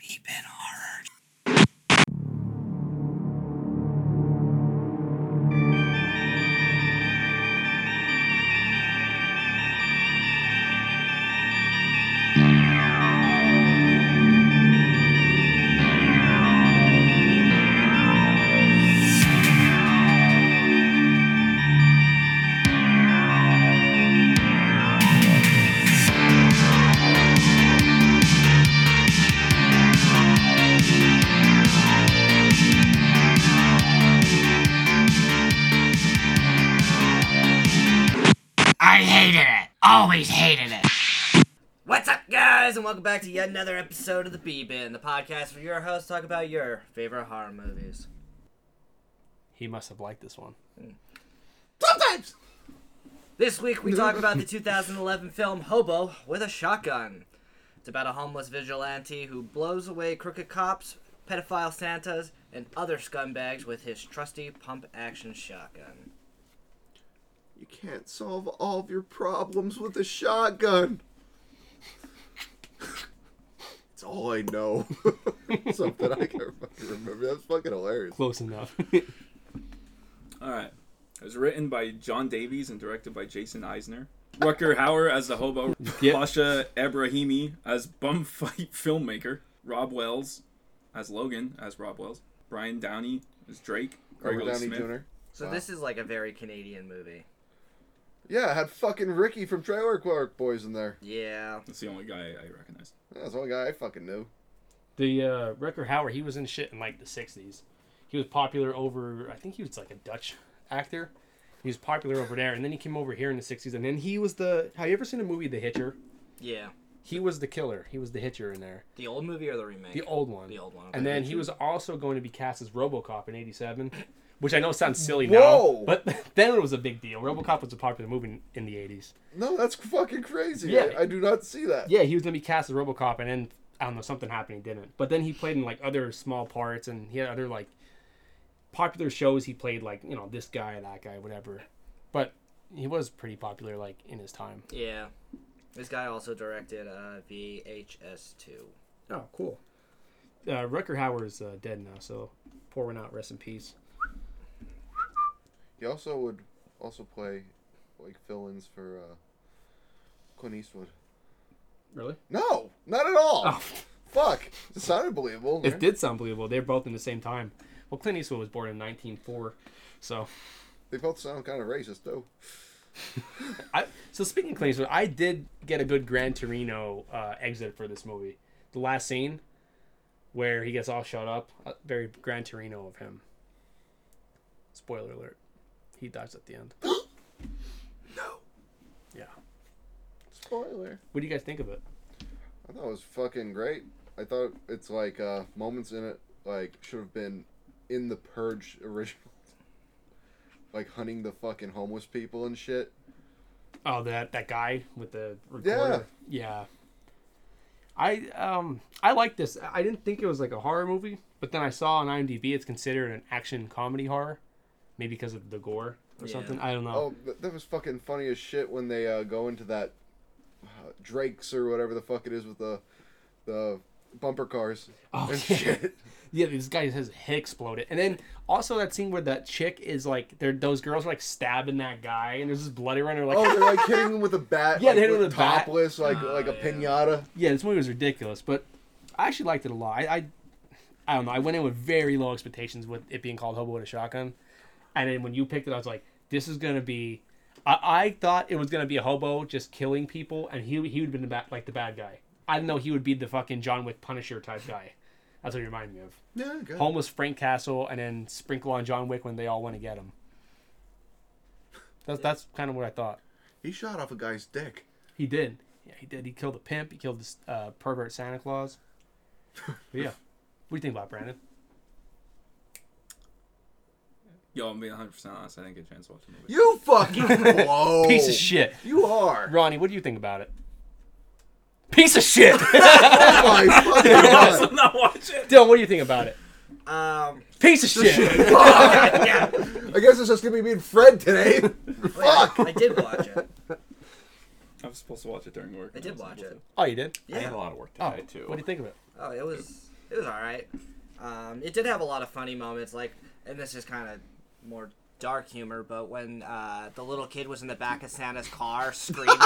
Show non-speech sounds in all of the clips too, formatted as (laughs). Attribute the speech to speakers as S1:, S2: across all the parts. S1: Beepin' horror.
S2: I hated it. Always hated it.
S3: What's up, guys, and welcome back to yet another episode of the B Bin, the podcast where your hosts talk about your favorite horror movies.
S4: He must have liked this one. (laughs)
S5: Sometimes.
S3: This week we talk about the 2011 film Hobo with a Shotgun. It's about a homeless vigilante who blows away crooked cops, pedophile Santas, and other scumbags with his trusty pump action shotgun.
S6: You can't solve all of your problems with a shotgun. It's all I (laughs) know. Something I can't fucking remember. That's fucking hilarious.
S4: Close enough. (laughs)
S7: Alright. It was written by John Davies and directed by Jason Eisner. Rucker Hauer as the hobo,
S4: Yep.
S7: Pasha Ebrahimi as (laughs) bumfight filmmaker, Rob Wells as Logan as Rob Wells, Brian Downey as Drake,
S6: Robert
S7: Gregory
S6: Downey
S7: Smith.
S6: Jr.
S3: So this is like a very Canadian movie.
S6: Yeah, I had fucking Ricky from Trailer Park Boys in there.
S3: Yeah.
S7: That's the only guy I recognize.
S6: That's the only guy I fucking knew.
S4: the uh, Rucker Hauer, he was in shit in like the '60s. He was popular over. I think he was like a Dutch actor. He was popular over there, and then he came over here in the '60s, and then he was the. Have you ever seen the movie The Hitcher?
S3: Yeah.
S4: He was the killer. He was the hitcher in there,
S3: The old movie or the remake?
S4: the old one.
S3: The old one, okay.
S4: And then he was also going to be cast as RoboCop in '87, which I know sounds silly
S6: Whoa!
S4: now, but (laughs) then it was a big deal. RoboCop was a popular movie in, in the '80s.
S6: No, that's fucking crazy.
S4: Yeah.
S6: I, I do not see that.
S4: Yeah, he was gonna be cast as RoboCop, and then I don't know something happened. He didn't. But then he played in like other small parts, and he had other like popular shows. He played like you know this guy, that guy, whatever. But he was pretty popular like in his time.
S3: Yeah. This guy also directed uh, VHS2.
S4: Oh, cool. Uh, Rucker Hauer is uh, dead now, so poor one out. Rest in peace.
S6: He also would also play like fill-ins for uh, Clint Eastwood.
S4: Really?
S6: No, not at all.
S4: (laughs) Oh,
S6: Fuck, it sounded believable.
S4: it did sound believable. They're both in the same time. Well, Clint Eastwood was born in 1904, so
S6: They both sound kind of racist though.
S4: I, so speaking of Clint Eastwood, I did get a good Gran Torino uh, exit for this movie. The last scene where he gets all shot up, uh, very Gran Torino of him. Spoiler alert: he dies at the end. no. Yeah.
S6: Spoiler.
S4: What do you guys think of it?
S6: I thought it was fucking great. I thought it's like uh, moments in it like should have been in the Purge original, (laughs) like hunting the fucking homeless people and shit.
S4: Oh, that that guy with the recorder. Yeah. I um I like this. I I didn't think it was like a horror movie, but then I saw on IMDb it's considered an action comedy horror, maybe because of the gore or
S3: Yeah.
S4: something. I don't know.
S6: Oh, th- that was fucking funny as shit when they uh, go into that uh, Drake's or whatever the fuck it is with the the bumper cars
S4: (laughs) Oh,
S6: and
S4: yeah.
S6: shit.
S4: Yeah, this guy has his head exploded. And then also that scene where that chick is like, they're, those girls are like stabbing that guy, and there's this bloody runner. Like,
S6: Oh, they're like hitting him with a bat.
S4: (laughs) Yeah,
S6: like,
S4: they hit him with a bat.
S6: topless, like like a pinata.
S4: yeah, this movie was ridiculous, but I actually liked it a lot. I, I, I don't know. I went in with very low expectations with it being called Hobo with a Shotgun, and then when you picked it, I was like, this is gonna be. I, I thought it was gonna be a hobo just killing people, and he he would have been the bad, like the bad guy. I didn't know he would be the fucking John Wick Punisher type guy. That's what he reminded me of.
S6: Yeah, good.
S4: homeless Frank Castle, and then sprinkle on John Wick when they all want to get him. That's that's kind of what I thought.
S6: He shot off a guy's dick.
S4: He did. Yeah, he did. He killed a pimp. He killed this uh, pervert Santa Claus. But yeah. What do you think about it, Brandon?
S7: Yo, I'm being 100% honest. I didn't get a chance to watch the (laughs) movie.
S6: You fucking whoa.
S4: (laughs) Piece of shit.
S6: You
S4: (laughs)
S6: are.
S4: Ronnie, what do you think about it? Piece of shit. (laughs)
S6: Oh my fucking god.
S7: I'm not watching
S4: Dylan, what do you think about it?
S3: Um,
S4: Piece of shit.
S3: yeah,
S6: I guess it's just gonna be me and Fred today. Fuck.
S3: Oh, I did watch it.
S7: I was supposed to watch it during work.
S3: I did watch it.
S4: Oh, you did.
S3: Yeah.
S8: I had a lot of work
S4: Oh,
S8: tonight too.
S4: What do you think of it?
S3: Oh, it was it was all right. Um, it did have a lot of funny moments, like, and this is kind of more dark humor. But when uh, the little kid was in the back of Santa's car screaming,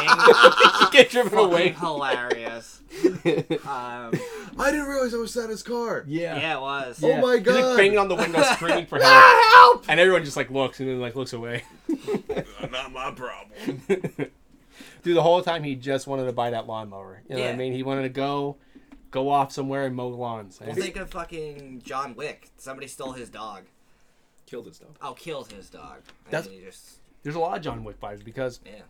S4: Get driven
S3: fucking
S4: away.
S3: hilarious. Um,
S6: (laughs) I didn't realize I was Santa's car.
S3: yeah, it was.
S6: Oh my
S4: He's
S6: God. Ah!
S4: like banging on the window, screaming for help,
S6: Help!
S4: and everyone just like looks and then like looks away. (laughs)
S3: Uh,
S8: Not my problem.
S4: Dude, the whole time he just wanted to buy that lawnmower. You know what I
S3: Yeah.
S4: mean? He wanted to go, go off somewhere and mow lawns. And
S3: Well, think of fucking John Wick. Somebody stole his dog.
S7: Killed his dog.
S3: Oh, killed his dog. And
S4: That's-
S3: then he just
S4: there's a lot of John Wick vibes because
S3: yeah.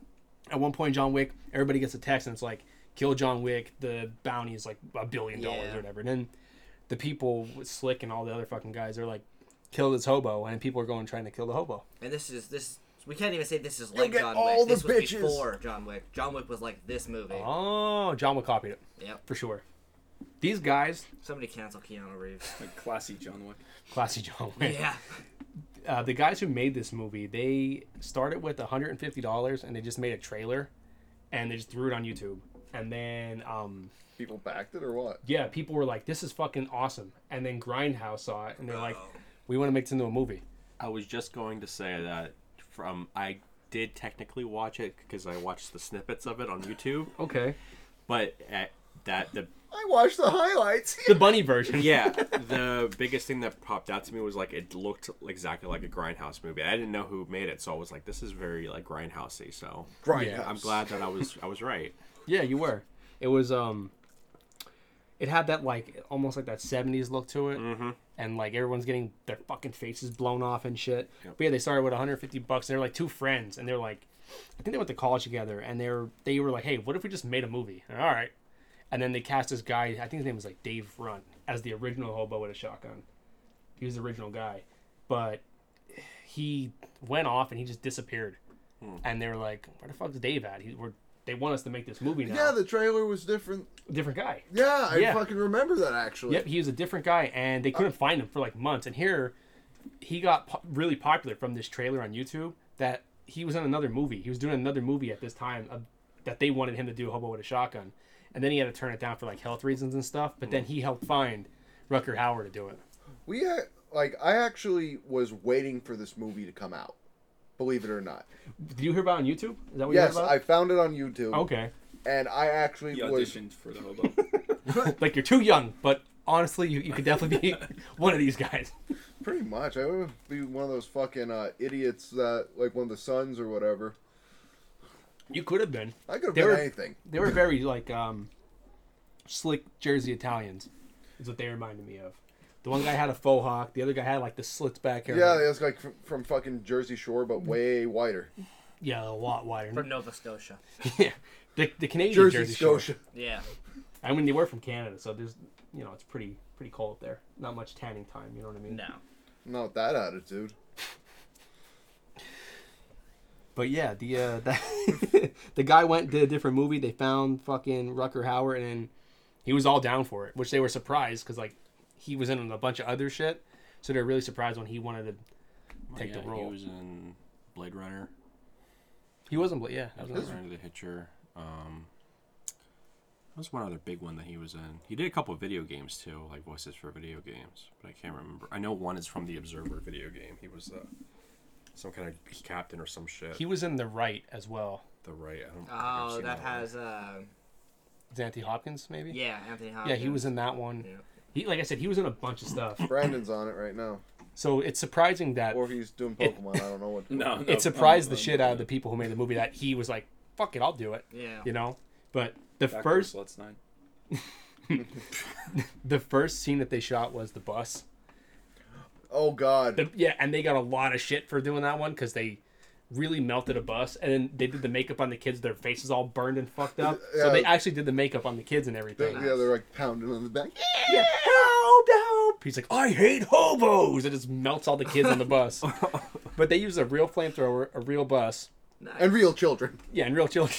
S4: at one point John Wick, everybody gets a text and it's like, kill John Wick. The bounty is like a billion dollars
S3: Yeah.
S4: or whatever. And then the people with Slick and all the other fucking guys are like, kill this hobo, and people are going trying to kill the hobo.
S3: And this is this. We can't even say this is like
S6: get
S3: John
S6: all
S3: Wick.
S6: the
S3: This was
S6: bitches.
S3: before John Wick. John Wick was like this movie.
S4: Oh, John Wick copied it
S3: Yep.
S4: for sure. These guys,
S3: Somebody cancel Keanu
S4: (laughs)
S3: Reeves.
S7: Like classy John Wick.
S4: classy (laughs) John Wick.
S3: yeah.
S4: uh, the guys who made this movie, they started with $150 and they just made a trailer and they just threw it on YouTube. And then, um,
S6: People backed it or what?
S4: yeah, people were like, this is fucking awesome. And then Grindhouse saw it and they're like, we want to make this into a movie.
S8: I was just going to say that from I did technically watch it because I watched the snippets of it on YouTube,
S4: Okay.
S8: but at that the
S6: I watched the
S4: (laughs)
S6: highlights.
S4: The bunny version.
S8: yeah the biggest thing that popped out to me was like it looked exactly like a grindhouse movie. I didn't know who made it, so I was like, this is very like grindhousey. So
S6: Right.
S4: Yeah,
S8: I'm glad that I was I was right.
S4: Yeah, you were. It was, um, it had that like almost like that 70s look to it. Mm-hmm. And like everyone's getting their fucking faces blown off and shit. But yeah, they started with 150 bucks. and They're like two friends and they're like, I think they went to college together, and they were they were like, "Hey, what if we just made a movie?" And, All right, and then they cast this guy. I think his name was like Dave Runt as the original hobo with a shotgun. He was the original guy, but he went off and he just disappeared. And they were like, "Where the fuck's Dave at?" He, we're, they want us to make this movie now.
S6: Yeah, the trailer was different.
S4: different guy.
S6: Yeah, I
S4: Yeah.
S6: fucking remember that actually.
S4: Yep, he was a different guy, and they couldn't find him for like months. And here, he got po- really popular from this trailer on YouTube that he was in another movie. He was doing another movie at this time uh, that they wanted him to do Hobo with a Shotgun, and then he had to turn it down for like health reasons and stuff. But then he helped find Rucker Howard to do it.
S6: We had, like I actually was waiting for this movie to come out. Believe it or not.
S4: Did you hear about it on YouTube? Is that what
S6: Yes,
S4: you heard
S6: I
S4: about?
S6: found it on YouTube.
S4: Okay,
S6: And I actually
S7: He
S6: was
S7: auditioned for the
S4: (laughs)
S7: hobo.
S4: like you're too young, but honestly, you, you could definitely be (laughs) one of these guys.
S6: pretty much I would be one of those fucking uh, idiots that like one of the sons or whatever.
S4: You could have been.
S6: I could have
S4: They
S6: been
S4: were-
S6: anything.
S4: They were very like um, slick Jersey Italians, is what they reminded me of. The one guy had a faux hawk. The other guy had like the slits back hair.
S6: Yeah, that's like from, from fucking Jersey Shore, but way whiter.
S4: yeah, a lot wider.
S3: From Nova Scotia.
S4: (laughs) yeah, the, the Canadian
S6: Jersey,
S4: Jersey,
S6: Scotia.
S4: Shore.
S3: Yeah.
S4: I mean, they were from Canada, so there's you know it's pretty pretty cold up there. Not much tanning time. You know what I mean?
S3: No.
S6: Not with that attitude.
S4: But yeah, the uh, (laughs) that the guy went did a different movie. They found fucking Rucker Howard, and he was all down for it, which they were surprised because like he was in a bunch of other shit, so they were really surprised when he wanted to take the role.
S8: He was in Blade Runner,
S4: He wasn't, but yeah, that was
S8: Blade
S4: another-
S8: Runner the Hitcher. Um, that was one other big one that he was in. He did a couple of video games too, like voices for video games, but I can't remember. I know one is from the Observer video game. He was uh, some kind of captain or some shit.
S4: he was in the right as well.
S8: the right. I don't think I've
S3: Oh,
S8: seen
S3: that
S8: one.
S3: has uh,
S4: Xanthi Hopkins, maybe.
S3: yeah, Anthony
S4: Yeah,
S3: Hopkins.
S4: he was in that one.
S3: Yeah.
S4: He, like I said, he was in a bunch of stuff.
S6: Brandon's on it right now.
S4: So it's surprising that
S6: Or he's doing Pokemon, I don't know what.
S7: No, no.
S4: it surprised
S7: um,
S4: the
S7: um,
S4: shit out of the people who made the movie that he was like, "Fuck it, I'll do it,"
S3: Yeah.
S4: you know. But the
S7: back to
S4: first
S7: Sluts Nine.
S4: the first scene that they shot was the bus.
S6: Oh god.
S4: The- yeah, and they got a lot of shit for doing that one because they really melted a bus, and then they did the makeup on the kids. Their faces all burned and fucked up. So
S6: Yeah.
S4: they actually did the makeup on the kids and
S6: They-
S4: everything.
S6: yeah, they're like pounding on the back.
S4: Yeah, help, help. He's like, I hate hobos. It just melts all the kids on
S6: (laughs)
S4: the bus. but they use a real flamethrower, a real bus.
S6: And real children.
S4: (laughs) Yeah, and real children.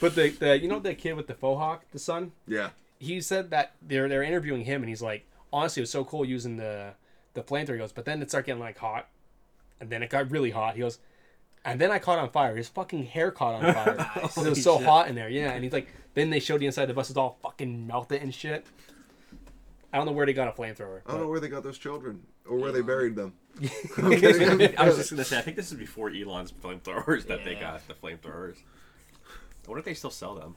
S4: but the, the you know the kid with the faux hawk, the son?
S6: Yeah.
S4: he said that they're they're interviewing him, and he's like, honestly, it was so cool using the the flamethrower. He goes, but then it started getting like hot, and then it got really hot. He goes, and then I caught on fire. His fucking hair caught on fire. 'Cause it was so hot in there. Yeah, and he's like, then they showed the inside of the bus is all fucking melted and shit. I don't know where they got a flamethrower.
S6: I don't know where they got those children or where they buried them. (laughs)
S8: I was just gonna say, I think this is before Elon's flamethrowers that they
S3: Yeah.
S8: got the flamethrowers. I wonder if they still sell them.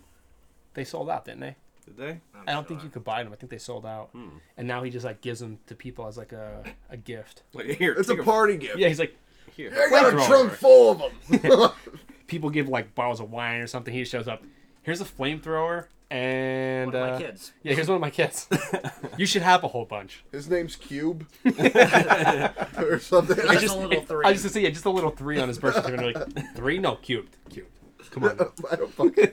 S4: They sold out, didn't they?
S8: Did they?
S4: I don't think you could buy them. I think they sold out. And now he just like gives them to people as like a, a gift.
S8: Like (laughs) here,
S6: It's a
S8: take
S6: party gift.
S4: Yeah, he's like
S8: here.
S6: I got a
S4: Flamethrower.
S6: trunk full of them.
S4: people give like bottles of wine or something. He shows up. Here's a flamethrower and
S3: One of my
S4: uh, (laughs)
S3: kids.
S4: Yeah, here's one of
S3: (laughs)
S4: my kids. you should have a whole bunch.
S6: (laughs) His name's Cube (laughs) or something.
S3: Just a little three.
S4: (laughs) I was just say yeah, just a little three on his birth certificate. Like three? No, cubed, cubed. Come on.
S6: (laughs)
S4: now.
S6: I don't fucking.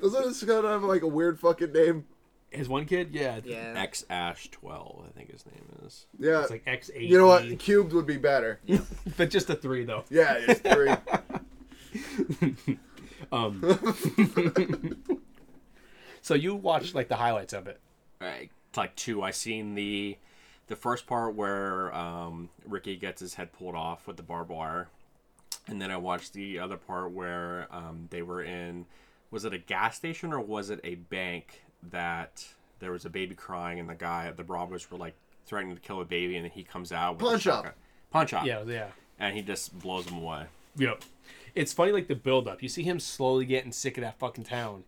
S6: Doesn't this guy have like a weird fucking name?
S4: His one kid, yeah.
S3: yeah.
S8: X Ash twelve, I think his name is.
S6: Yeah.
S4: It's like E X eight.
S6: you know what? Cubed would be better.
S4: (laughs) But just a three though.
S6: Yeah, it's
S4: (laughs)
S6: three.
S4: So you watched like the highlights of it.
S8: Right. Like two, I seen the the first part where um, Ricky gets his head pulled off with the barbed wire, and then I watched the other part where um, they were in. Was it a gas station or was it a bank that there was a baby crying and the guy the robbers were like threatening to kill a baby and then he comes out with a
S6: Punch Up.
S8: shotgun. punch up
S4: Yeah, yeah.
S8: and he just blows them away.
S4: Yep. It's funny, like the build up. You see him slowly getting sick of that fucking town.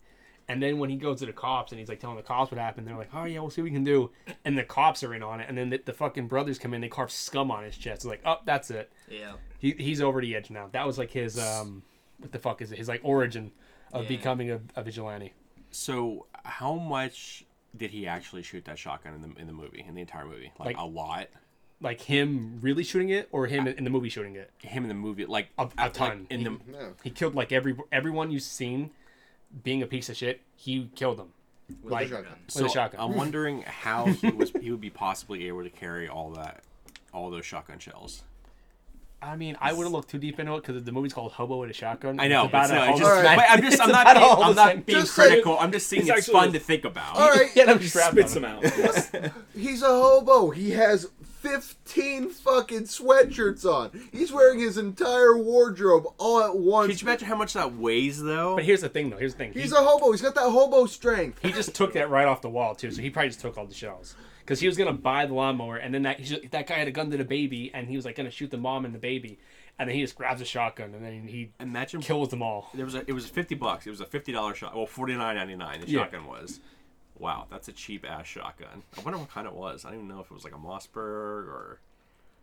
S4: And then when he goes to the cops and he's like telling the cops what happened, they're like, oh, yeah, we'll see what we can do. And the cops are in on it. And then the, the fucking brothers come in, they carve scum on his chest. It's like, oh, that's it.
S3: Yeah.
S4: He, he's over the edge now. That was like his, um, what the fuck is it? His like origin of becoming a, a vigilante.
S8: So how much did he actually shoot that shotgun in the in the movie in the entire movie?
S4: Like-
S8: Like, a lot.
S4: Like him really shooting it or him in the movie shooting it.
S8: Him in the movie, like
S4: A- a
S8: like,
S4: ton.
S8: in the
S6: No.
S4: He killed like every everyone you've seen being a piece of shit. He killed them. Like,
S8: so
S4: with a shotgun.
S8: I'm
S4: (laughs)
S8: wondering how he was he would be possibly able to carry all that, all those shotgun shells.
S4: I mean, I wouldn't look too deep into it because the movie's called Hobo with a Shotgun.
S8: I know,
S4: It's about a
S8: but no, it's
S4: hobo-
S8: just,
S6: Alright.
S8: but I'm just I'm not
S4: about
S8: being,
S4: all
S8: I'm
S4: the same.
S8: not being (laughs)
S6: Just say-
S8: critical. I'm just saying
S7: It's
S8: it's,
S7: actually-
S8: fun to think about.
S6: All right.
S4: Yeah, I'm
S7: Spits
S6: (laughs)
S7: them out.
S6: He's a hobo. He has 15 fucking sweatshirts on. He's wearing his entire wardrobe all at
S8: Could
S6: once.
S8: you imagine how much that weighs though?
S4: But here's the thing, though. Here's the thing.
S6: He's
S4: he,
S6: a hobo. He's got that hobo strength.
S4: he just took that right off the wall too, so he probably just took all the shells because he was gonna buy the lawnmower, and then that he just- that guy had a gun to the baby, and he was like gonna shoot the mom and the baby, and then he just grabs a shotgun, and then he
S8: Imagine
S4: kills them all.
S8: There was a it was fifty bucks. It was a fifty dollar shot. Well, forty nine ninety nine. The
S4: Yeah.
S8: shotgun was. Wow, that's a cheap ass shotgun. I wonder what kind it was. I don't even know if it was like a Mossberg or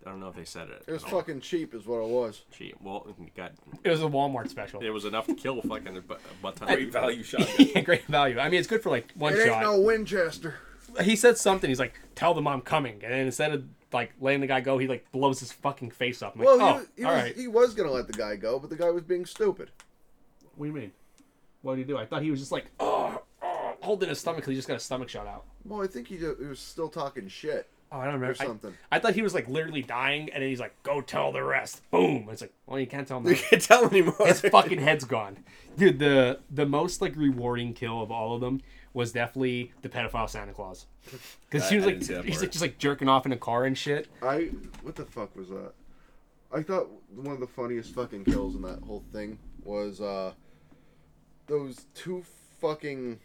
S8: I don't know if they said it.
S6: It was
S8: at all.
S6: fucking cheap, is what it was.
S8: cheap. Well, it got
S4: It was a Walmart special.
S8: it was enough to kill fucking a bu- a butt ton.
S7: Great
S8: of
S6: (laughs)
S7: value shotgun.
S4: (laughs) Yeah, great value. I mean, it's good for like one
S6: It ain't
S4: shot.
S6: no Winchester.
S4: He said something. He's like, "Tell them I'm coming," and then instead of like letting the guy go, he like blows his fucking face up. I'm like,
S6: Well, he,
S4: oh,
S6: was, he,
S4: all
S6: was,
S4: right.
S6: he was gonna let the guy go, but the guy was being stupid.
S4: What do you mean? What did he do? I thought he was just like, oh, oh holding his stomach because he just got his stomach shot out.
S6: Well, I think he, ju- he was still talking shit.
S4: Oh, I don't remember.
S6: Or something.
S4: I, I thought he was like literally dying, and then he's like, go tell the rest. Boom. It's like, well, you can't tell him
S6: (laughs)
S8: You
S4: that.
S8: can't tell anymore.
S4: his fucking head's gone. Dude, the the most like rewarding kill of all of them was definitely the pedophile Santa Claus. Because he
S8: I-
S4: was
S8: I
S4: like,
S8: didn't see that
S4: he's
S8: part.
S4: like just like jerking off in a car and shit.
S6: I what the fuck was that? I thought one of the funniest fucking kills in that whole thing was uh those two fucking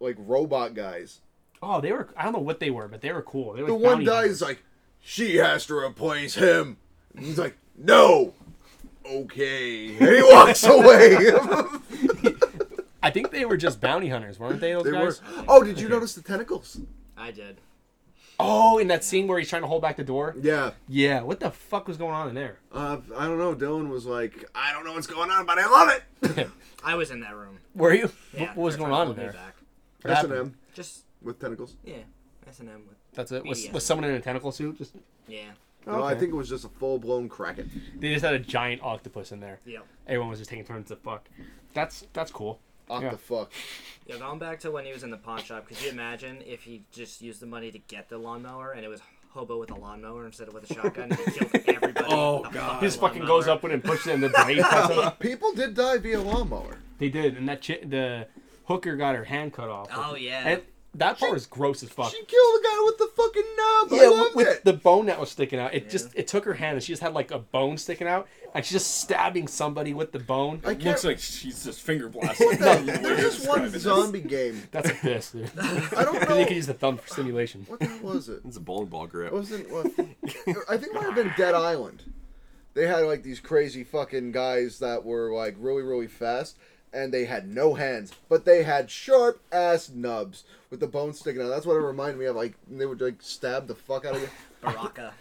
S6: like robot guys.
S4: Oh, they were. I don't know what they were, but they were cool. They were
S6: The
S4: like,
S6: one
S4: bounty
S6: guy
S4: hunters.
S6: is like, she has to replace him. And he's like, no. Okay. And he
S4: (laughs)
S6: walks away.
S4: I think they were just bounty hunters, weren't they?
S6: (laughs)
S4: Those
S6: they were.
S4: guys.
S6: Oh, did you notice the tentacles?
S3: I did.
S4: Oh, in that scene where he's trying to hold back the door.
S6: Yeah.
S4: Yeah, what the fuck was going on in there?
S6: Uh, I don't know. Dylan was like, I don't know what's going on, but I love it.
S3: I was in that room.
S4: Were you?
S3: Yeah,
S4: what was
S3: they're trying
S4: going
S3: to
S4: on in
S3: hold me
S4: there?
S3: Back.
S4: What
S6: S and
S4: happened?
S6: M
S3: Just
S6: with tentacles.
S3: yeah, S and M with
S4: That's it. Was,
S3: BDSM.
S4: was someone in a tentacle suit? Just
S3: yeah.
S6: No, I
S4: Okay.
S6: think it was just a full blown kraken.
S4: they just had a giant octopus in there.
S3: Yep.
S4: Everyone was just taking turns to fuck. That's that's cool.
S6: Off
S4: Yeah.
S6: the fuck.
S3: Yeah, going back to when he was in the pawn shop, could you imagine if he just used the money to get the lawnmower and it was hobo with a lawnmower instead of with a shotgun and he killed everybody? (laughs) oh god!
S4: He just fucking goes up with it and pushes it in the blade. cuts
S6: (laughs)
S4: it.
S6: People did die via lawnmower.
S4: They did, and that chi- the hooker got her hand cut off.
S3: Oh, yeah.
S4: And that part was gross as fuck.
S6: She killed the guy with the fucking knob. I
S4: yeah,
S6: loved
S4: with, with
S6: it.
S4: the bone that was sticking out. It just it took her hand and she just had like a bone sticking out and she's just stabbing somebody with the bone.
S6: I
S7: Looks
S6: can't.
S7: like she's just finger
S6: (laughs)
S7: blasting.
S6: There's just one zombie game.
S4: That's a piss,
S6: (laughs)
S4: dude.
S6: I don't
S4: Then (laughs) you could
S6: know.
S4: use the thumb for stimulation.
S6: (laughs) What the hell was it?
S8: It's a bowling ball grip.
S6: It wasn't. What, I think it might have been Dead Island. They had like these crazy fucking guys that were like really, really fast, and they had no hands, but they had sharp ass nubs with the bones sticking out. That's what it reminded me of. Like they would like stab the fuck out of you.
S3: Baraka.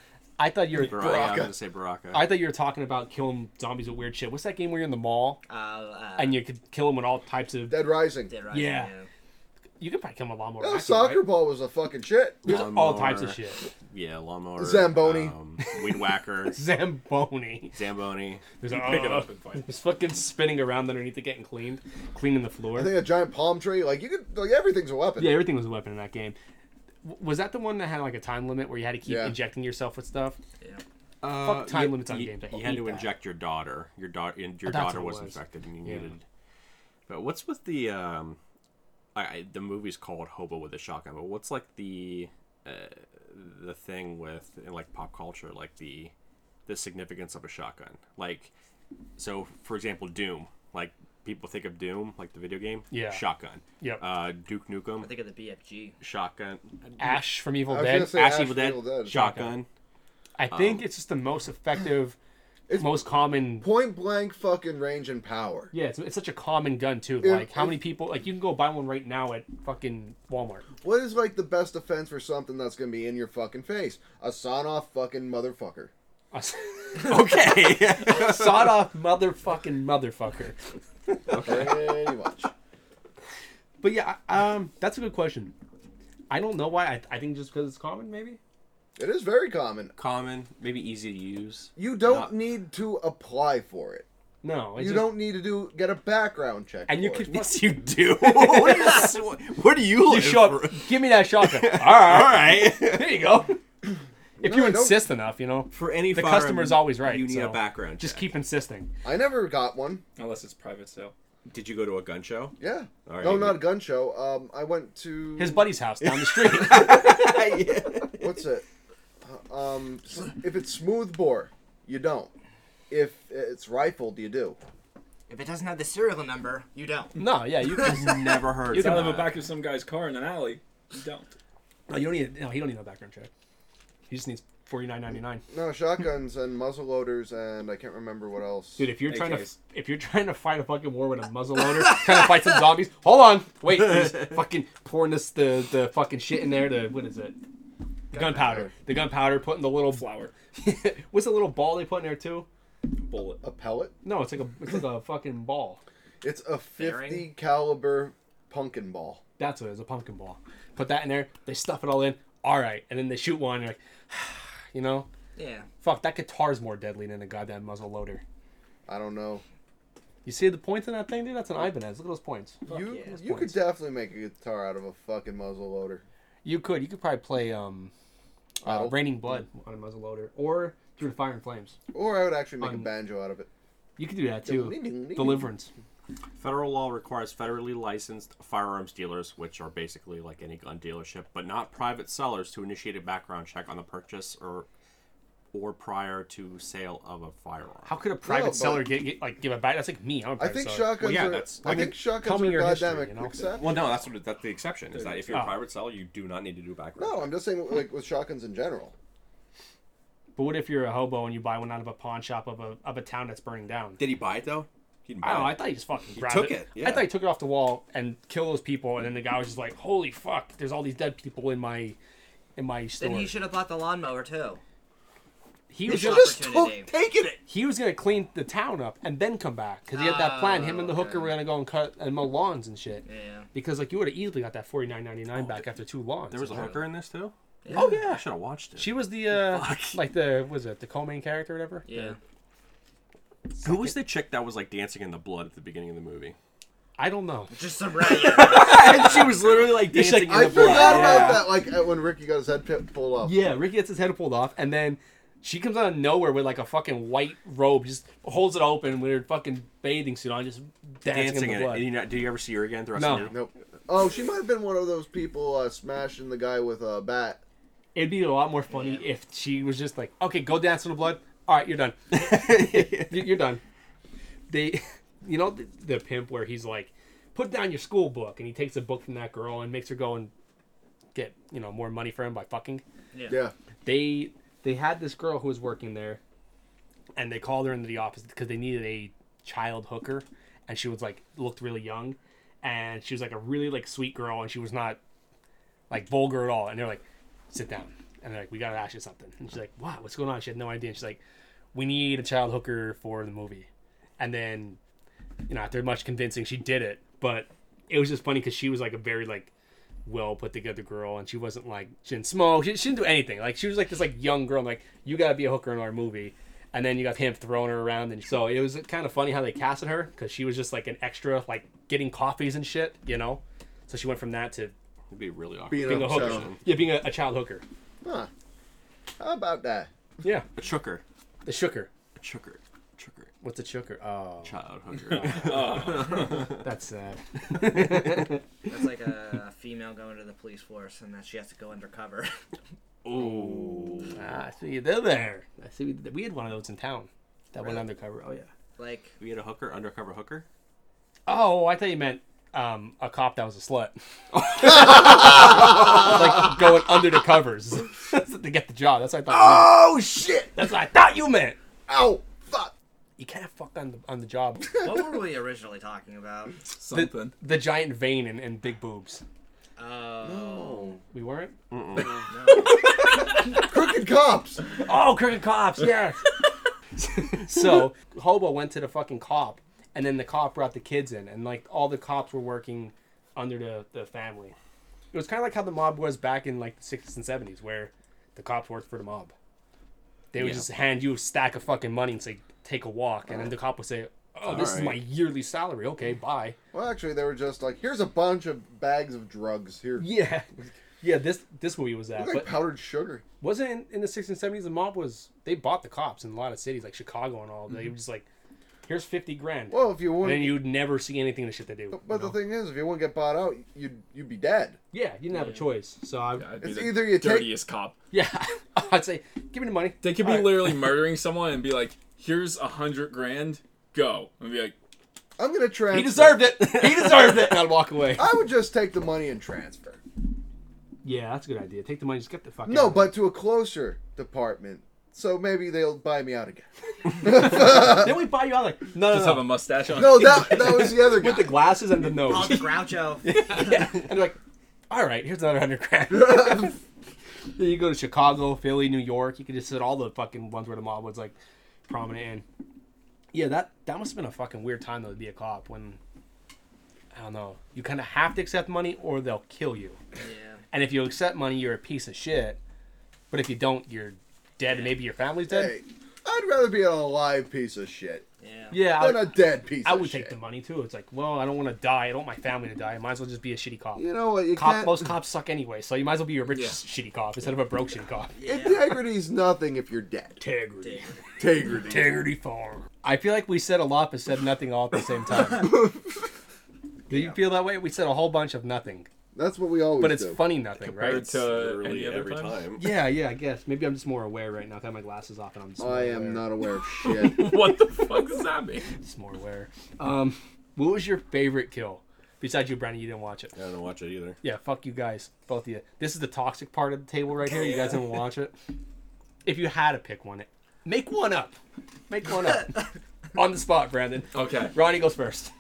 S4: I thought you were uh,
S8: Baraka. Yeah, I'm
S6: Baraka.
S8: gonna say Baraka.
S4: I thought you were talking about killing zombies with weird shit. What's that game where you're in the mall
S3: Uh, uh,
S4: and you could kill them with all types of?
S6: Dead Rising.
S3: Dead
S6: That
S3: Rising,
S4: Yeah. You could probably kill them with a lot more. racket,
S6: soccer
S4: right?
S6: ball was the fucking shit.
S4: There's all types of
S8: Lawnmower.
S4: shit.
S8: Yeah, lawnmower.
S6: Zamboni.
S8: Um, weed
S4: (laughs)
S8: whacker.
S6: (laughs)
S4: Zamboni.
S8: Zamboni.
S4: There's
S7: Pick it up and fight.
S4: Just fucking spinning around underneath it, getting cleaned, cleaning the floor.
S6: I think a giant palm tree. Like you could. Like everything's a weapon.
S4: Yeah, everything was a weapon in that game. W- Was that the one that had like a time limit where you had to keep
S6: Yeah.
S4: injecting yourself with stuff?
S8: Uh,
S4: Fuck time
S8: you-
S4: limits on
S8: you,
S4: games. I
S8: You had
S4: hate
S8: to
S4: that.
S8: inject your daughter. Your daughter. Your
S4: that's
S8: daughter
S4: what it
S8: was,
S4: was.
S8: infected, and you
S4: Yeah.
S8: needed. But what's with the um, I, I the movie's called Hobo with a Shotgun, but what's like the uh, the thing with in like pop culture, like the the significance of a shotgun, like so for example, Doom, like. People think of Doom, like the video game.
S4: Yeah.
S8: Shotgun.
S4: Yep.
S8: Uh, Duke Nukem.
S3: I think of the BFG.
S8: shotgun.
S4: Ash from Evil
S6: I was
S4: Dead.
S6: gonna say
S8: Ash
S6: Ash
S8: Evil Dead.
S6: Evil Dead.
S8: Shotgun.
S4: I think it's just the most effective,
S6: (clears throat) It's-
S4: most common.
S6: Point blank fucking range and power.
S4: Yeah, it's, it's such a common gun too.
S6: Yeah,
S4: like how many
S6: it's-
S4: people? Like you can go buy one right now at fucking Walmart. (laughs)
S6: What is like the best defense for something that's gonna be in your fucking face? A sawn off fucking motherfucker.
S8: Okay.
S4: (laughs) Sawed off motherfucking motherfucker. (laughs)
S6: Pretty much.
S4: But yeah, I- um, that's a good question. I don't know why. I, I think just because it's common, maybe.
S6: It is very common.
S8: Common, maybe easy to use.
S6: You don't
S8: Not-
S6: need to apply for it.
S4: No, it
S6: You
S4: just-
S6: don't need to do get a background check.
S4: And you
S6: for
S4: could
S6: it.
S8: Yes, you do. (laughs) what do you, what do you
S4: You
S8: live
S4: show
S8: for?
S4: up. Give me that
S8: (laughs)
S4: shotgun. All right.
S8: All right.
S4: There you go. If you
S6: I don't-
S4: insist enough, you know.
S8: For any
S4: The
S8: firearm,
S4: customer's always right,
S8: You need
S4: so
S8: a background.
S4: Just
S8: check.
S4: keep insisting.
S6: I never got one.
S7: Unless it's private sale.
S8: Did you go to a gun show?
S6: Yeah.
S8: All
S6: No,
S8: right.
S6: not a gun show. Um, I went to
S4: His buddy's house down the
S8: (laughs)
S4: street. (laughs)
S6: What's it? Uh, Um, if it's smooth bore, you don't. If it's rifled, you do.
S3: If it doesn't have the serial number, you don't.
S4: no, yeah, you can.
S8: I've never heard.
S7: It's
S8: of
S7: out of the
S8: that.
S7: back of some guy's car in an alley. You don't.
S4: No, you don't need. No, he don't need no background check. He just needs forty nine ninety nine.
S6: No shotguns and muzzle loaders and I can't remember what else.
S4: Dude, if you're trying
S7: AKs.
S4: to if you're trying to fight a fucking war with a muzzleloader, trying to fight some zombies, hold on, wait, he's fucking pouring this the the fucking shit in there. The what is it? Gunpowder. The gunpowder. Putting the little
S7: Flower.
S4: (laughs) What's the little ball they put in there too?
S7: Bullet.
S6: a pellet.
S4: No, it's like a it's like a fucking ball.
S6: It's a
S3: Bearing?
S6: 50 caliber pumpkin ball.
S4: That's what it is, a pumpkin ball. Put that in there, they stuff it all in, alright, and then they shoot one, you're like, (sighs) you know?
S3: Yeah.
S4: Fuck, that guitar's more deadly than a goddamn muzzle loader.
S6: I don't know.
S4: You see the points in that thing, dude? That's an Ibanez. Look at those points.
S6: you
S3: yeah.
S6: you could definitely make a guitar out of a fucking muzzle loader.
S4: You could. You could probably play um uh,
S6: Metal.
S4: Raining Blood on a muzzle loader or Through the Fire and Flames.
S6: Or I would actually make a
S4: On-
S6: banjo out of it.
S4: You could do that too. Deliverance.
S8: Federal law requires federally licensed firearms dealers, which are basically like any gun dealership, but not private sellers, to initiate a background check on the purchase or or prior to sale of a firearm.
S4: How could a private
S6: but-
S4: seller get, get like give a back? That's like me. I'm a
S6: I
S4: private
S6: think
S4: seller.
S6: shotguns
S8: Well, yeah,
S6: are.
S8: that's-
S6: I,
S8: I mean,
S6: think
S4: tell
S6: shotguns
S4: me
S6: are
S4: your history,
S6: goddamn
S4: you know?
S6: except.
S8: Well, no, that's what that's the exception. Is that if you're
S4: Oh.
S8: a private seller, you do not need to do background.
S6: No,
S8: check.
S6: I'm just saying like with shotguns in general.
S4: But what if you're a hobo and you buy one out of a pawn shop of a of a town that's burning down?
S8: Did he buy it though? He didn't
S4: Oh,
S8: buy
S4: I don't know.
S8: it.
S4: I thought he just fucking grabbed
S8: took
S4: it.
S8: it, yeah.
S4: I thought he took it off the wall and killed those people, and then the guy was just like, "Holy fuck! There's all these dead people in my in my store."
S3: Then he should have bought the lawnmower too.
S4: he was
S3: should
S4: gonna,
S3: just- opportunity.
S8: taking it.
S4: he was gonna clean the town up and then come back because he had that plan. Him and the hooker were gonna go and cut and mow lawns and shit.
S3: Yeah.
S4: Because like you would have easily got that forty nine ninety nine back after two lawns.
S8: There was a hooker in this too.
S3: Oh,
S8: yeah, I should have watched it.
S4: She was the uh, like the what was it the co-main character or whatever.
S3: Yeah.
S4: The-
S8: Who was the chick that was like dancing in the blood at the beginning of the movie?
S4: I don't know.
S3: Just some random.
S8: (laughs) and she was literally like dancing
S4: like,
S8: in
S6: I
S8: the blood.
S6: forgot about that. Like uh, when Ricky got his head pi- pulled off.
S4: Yeah, Ricky gets his head pulled off, and then she comes out of nowhere with like a fucking white robe, just holds it open with her fucking bathing suit on, just dancing, in
S8: dancing in
S4: the
S8: it.
S4: blood.
S8: And you know, do you ever see her again? The rest
S4: No.
S8: of the movie?
S6: Nope. Oh, she might have been one of those people uh, smashing the guy with a bat.
S4: It'd be a lot more funny if she was just like, okay, go dance in the blood. All right, you're
S8: (laughs)
S4: done. You- you're done. They, you know, the, the pimp where he's like, put down your school book, and he takes a book from that girl and makes her go and get you know more money for him by fucking.
S6: Yeah.
S4: They they had this girl who was working there, and they called her into the office because they needed a child hooker, and she was like looked really young, and she was like a really like sweet girl, and she was not like vulgar at all. And they're like, sit down. And they're like, we gotta ask you something. And she's like, what? What's going on? She had no idea. And she's like, we need a child hooker for the movie. And then, you know, after much convincing, she did it. But it was just funny because she was like a very like well put together girl, and she wasn't like she didn't smoke. She, she didn't do anything. Like she was like this like young girl. I'm like you gotta be a hooker in our movie. And then you got him throwing her around, and so it was kind of funny how they casted her because she was just like an extra, like getting coffees and shit, you know. So she went from that to
S8: It'd be really awkward.
S6: Being
S4: being a
S6: up,
S4: hooker.
S6: so,
S4: Yeah, being a, a child hooker.
S6: huh. How about that?
S4: Yeah,
S8: a chooker.
S4: the shooker.
S8: A chooker. Chooker.
S4: What's a chooker? Oh,
S8: Child (laughs) hooker.
S4: that's uh, sad.
S3: That's like a female going to the police force and that she has to go undercover. (laughs)
S8: oh.
S4: (laughs) Ah, I see you did there. I see we, did- we had one of those in town. That went
S3: Really?
S4: undercover. Oh yeah.
S3: like,
S8: We had a hooker, undercover hooker.
S4: Oh, I thought you meant um, a cop that was
S6: (laughs)
S4: a slut. like going under the covers (laughs) to get the job. That's what I thought.
S6: Oh shit!
S4: You meant. That's what I thought you meant.
S6: Ow! Fuck!
S4: You can't fuck on the on the job.
S3: what were we originally talking about?
S7: Something.
S4: The giant vein and, and big boobs.
S3: (laughs) Oh.
S4: We weren't.
S6: Crooked cops.
S4: Oh, crooked cops,
S8: (laughs)
S4: yeah. so Hobo went to the fucking cop, and then the cop brought the kids in, and like all the cops were working under the, the family. It was kind of like how the mob was back in like the sixties and seventies, where the cops worked for the mob. They would
S8: Yeah.
S4: just hand you a stack of fucking money and say, "Take a walk," and then the cop would say, "Oh, this is
S8: Alright.
S4: my yearly salary. Okay, bye."
S6: Well, actually, they were just like, here's a bunch of bags of drugs. Here,
S4: Yeah, yeah. This this movie was that,
S6: like
S4: but
S6: powdered sugar.
S4: wasn't in, in the 60s and 70s the mob was they bought the cops in a lot of cities like chicago and all they were just like here's 50 grand
S6: Well, if you
S4: and then
S6: wouldn't,
S4: you'd never see anything the shit they do
S6: but
S4: you know?
S6: the thing is, if you wouldn't get bought out, you'd you'd be dead.
S4: yeah you didn't have a choice so i
S7: I'd be
S6: It's
S7: the
S6: either you take-
S7: dirtiest cop.
S4: (laughs) yeah i'd say give me the money
S7: They could be
S4: All
S6: (laughs)
S4: right.
S7: literally murdering someone and be like, "Here's a hundred grand, go," and be like,
S6: I'm gonna transfer.
S4: he deserved it (laughs) he deserved it and i'd walk away
S6: I would just take the money and transfer.
S4: (laughs) yeah that's a good idea take the money just get the fuck out
S6: No,
S4: of
S6: but to a closer department. So maybe they'll buy me out (laughs) again.
S4: here. then we buy you out like no no,
S7: "Just
S4: no.
S7: have a mustache on."
S6: Uh. No, that that was the other guy.
S4: with the glasses and the
S3: Oh,
S4: nose (laughs)
S3: the Groucho.
S4: and they're like all right here's another 100 grand
S6: (laughs)
S4: then you go to chicago philly new york you can just sit all the fucking ones where the mob was like prominent and yeah that that must have been a fucking weird time though to be a cop when i don't know you kind of have to accept money or they'll kill you
S3: yeah.
S4: and if you accept money you're a piece of shit but if you don't you're dead and maybe your family's dead
S6: Hey, I'd rather be on a live piece of shit
S3: Yeah.
S4: yeah
S6: than
S4: I,
S6: a dead piece.
S4: I
S6: of
S4: would
S6: shit.
S4: take the money too it's like well i don't want to die i don't want my family to die i might as well just be a shitty cop
S6: You know what? You
S4: Cop,
S6: can't.
S4: most cops suck anyway, so you might as well be a rich
S7: Yeah.
S4: shitty cop instead of a broke shitty cop.
S6: Integrity's nothing if you're dead.
S4: Integrity.
S6: Integrity.
S4: Integrity farm. I feel like we said a lot but said nothing all at the same time.
S6: (laughs)
S4: Do you feel that way? We said a whole bunch of nothing,
S6: That's what we always
S4: but it's
S6: do.
S4: funny nothing, right?
S8: Uh,
S7: Compared to
S8: Literally
S7: any other
S8: every
S7: time?
S8: time.
S4: Yeah, yeah, I guess. Maybe I'm just more aware right now. 'cause I have my glasses off and I'm just more
S6: I
S4: aware.
S6: am not aware of shit.
S7: (laughs) what the fuck does that mean?
S6: (laughs)
S4: Just more aware. Um, what was your favorite kill? Besides you, Brandon, you didn't watch it.
S8: I don't watch it either.
S4: Yeah, fuck you guys, both of you. This is the toxic part of the table right here. You guys didn't watch it. If you had to pick one, make one up. Make one up.
S6: (laughs)
S4: On the spot, Brandon.
S7: Okay,
S4: Ronnie goes first.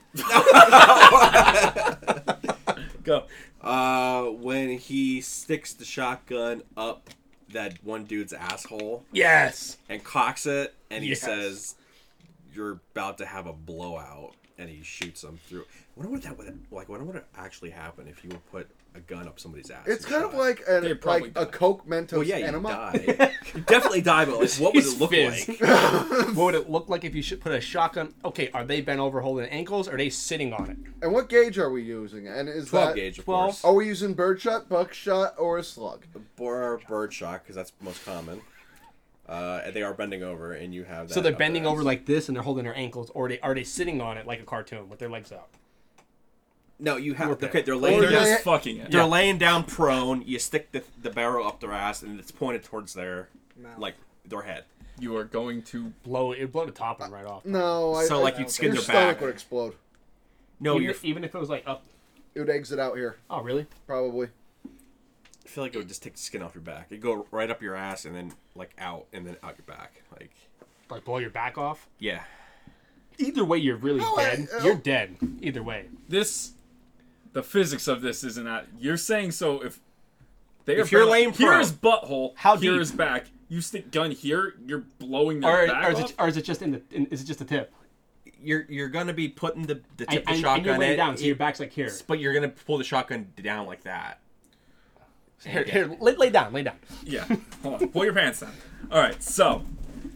S7: go.
S8: Uh, when he sticks the shotgun up that one dude's asshole
S4: Yes.
S8: and cocks it, and he
S4: Yes.
S8: says, "You're about to have a blowout," and he shoots him through. I wonder what that would like. I wonder what would actually happen if you would put a gun up somebody's ass.
S6: It's
S8: and
S6: kind
S8: shot
S6: of
S8: it.
S6: like an,
S7: They'd probably
S6: like a
S7: die.
S6: Coke Mentos
S8: Well, yeah, you
S6: enema.
S8: die. you definitely die, but like, what would it look
S4: He's
S8: like?
S4: what would it look like if you should put a shotgun? Okay, are they bent over holding ankles? Or are they sitting on it?
S6: And what gauge are we using? And is
S8: Twelve
S6: that
S8: gauge, of
S4: 12?
S8: course,
S6: are we using birdshot, buckshot, or a slug?
S8: or bird shot because that's most common. Uh, and they are bending over, and you have. That
S4: So they're
S8: up their
S4: bending over
S8: ass.
S4: like this and they're holding their ankles, or they are they sitting on it like a cartoon with their legs out?
S9: No, you have
S4: Warp it.
S9: okay. They're
S7: Or
S9: laying
S7: they're
S9: down,
S7: just fucking it.
S9: they're laying down prone. You stick the, the barrel up their ass, and it's pointed towards their
S3: Mouth.
S9: like their head.
S7: You are going to
S4: blow it, blow the top one right off.
S6: No, I,
S9: So,
S6: I-
S9: like, you'd skin
S6: your
S9: their
S6: stomach
S9: back.
S6: would explode.
S9: No,
S4: even,
S9: you
S4: if, even if it was like up.
S6: It would exit out here,
S4: Oh really?
S6: probably.
S9: I feel like it would just take the skin off your back. It'd go right up your ass and then like out and then out your back. Like
S4: Like blow your back off.
S9: yeah.
S4: Either way, you're really
S6: No, I-
S4: dead.
S6: I-
S4: You're dead. Either way.
S7: this. The physics of this isn't at. You're saying so if they
S9: If
S7: are
S9: you're
S7: bound-
S9: laying
S7: here
S9: prone,
S7: is butthole,
S4: how
S7: here
S4: deep?
S7: is back. You stick gun here, you're blowing their
S4: Or,
S7: back
S4: or, is
S7: off.
S4: it, or is it just in the? In, is it just the tip?
S9: You're you're gonna be putting the, the tip
S4: And, and,
S9: of the
S4: and you're
S9: shotgun
S4: laying
S9: in,
S4: down, so your back's like here.
S9: but you're gonna pull the shotgun down like that.
S4: Here, here, lay, lay down, lay down.
S7: yeah, hold on, pull your pants down. All right, so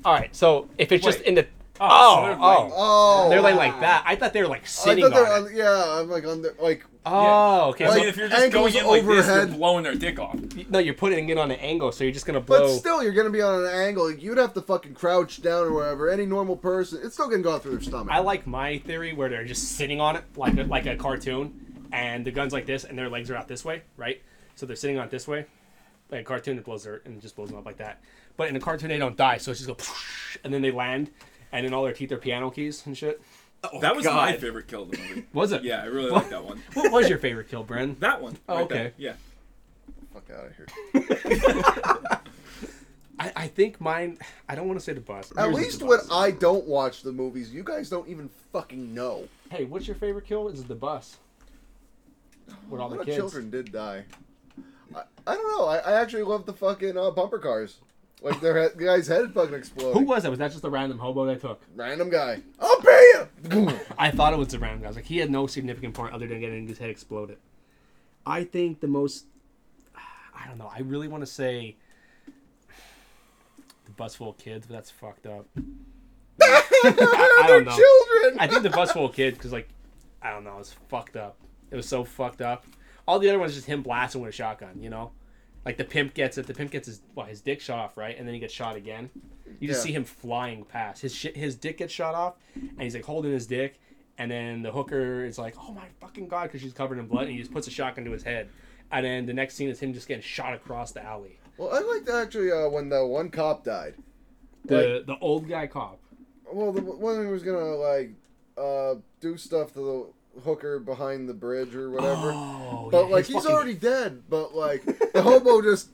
S4: All right, so if it's just
S7: Wait.
S4: in the,
S7: Oh, so
S4: oh,
S7: they're
S4: oh,
S7: laying-
S6: Oh,
S4: they're laying like that. I thought they were like
S6: I
S4: sitting
S6: thought
S4: on
S6: they're
S4: it.
S6: on, yeah, I'm like on the like.
S4: Oh, okay.
S7: I
S6: Like,
S7: mean, if you're just
S6: ankles
S7: going in like this, you're
S6: overhead.
S7: blowing their dick off.
S4: So- no, you're putting it on an angle, so you're just gonna
S6: But
S4: blow.
S6: still, you're gonna be on an angle. You'd have to fucking crouch down or whatever. Any normal person, it's still gonna go through their stomach.
S4: I like my theory where they're just sitting on it like a, like a cartoon, and the gun's like this, and their legs are out this way, right? So they're sitting on it this way, like a cartoon that blows their and just blows them up like that. But in a cartoon, they don't die, so it's just go, and then they land, and then all their teeth are piano keys and shit.
S7: that was my
S9: God.
S7: favorite kill of the
S4: (laughs)
S7: movie.
S4: Was it?
S7: Yeah, I really like that one.
S4: Oh, What was your favorite kill, Bren?
S7: That one.
S4: Oh,
S7: right there,
S4: okay.
S7: Yeah.
S6: fuck out of here.
S4: I, I think mine. I don't want to say the bus.
S6: At
S4: Yours is
S6: least
S4: the
S6: when
S4: bus.
S6: I don't watch the movies, you guys don't even fucking know.
S4: Hey, what's your favorite kill? Is it the bus? With
S6: A
S4: all
S6: lot
S4: the
S6: of
S4: kids.
S6: children did die. I, I don't know. I, I actually love the fucking uh, bumper cars. Like their head, the guy's head fucking exploded.
S4: Who was that? Was that just a random hobo they took?
S6: Random guy. I'll pay you.
S4: (laughs)
S6: (laughs)
S4: I thought it was the random guy. I was like, he had no significant part other than getting his head exploded. I think the most. (sighs) I don't know. I really want to say (sighs) the bus full of kids, but that's fucked up. I, I don't know.
S6: Children.
S4: I think the bus full of kids because like I don't know, it's fucked up. It was so fucked up. All the other ones just him blasting with a shotgun, you know. Like the pimp gets it. The pimp gets his well, his dick shot off, right? And then he gets shot again. You just
S6: Yeah.
S4: see him flying past. His shit, his dick gets shot off, and he's like holding his dick. And then the hooker is like, "Oh my fucking god," because she's covered in blood, and he just puts a shotgun to his head. And then the next scene is him just getting shot across the alley.
S6: well, I liked actually uh, when the one cop died.
S4: The the old guy cop.
S6: Well, the one who was gonna like uh, do stuff to the hooker behind the bridge or whatever.
S4: (gasps) Oh,
S6: but
S4: yeah,
S6: like
S4: his
S6: he's
S4: fucking-
S6: already dead. But (laughs) like the hobo just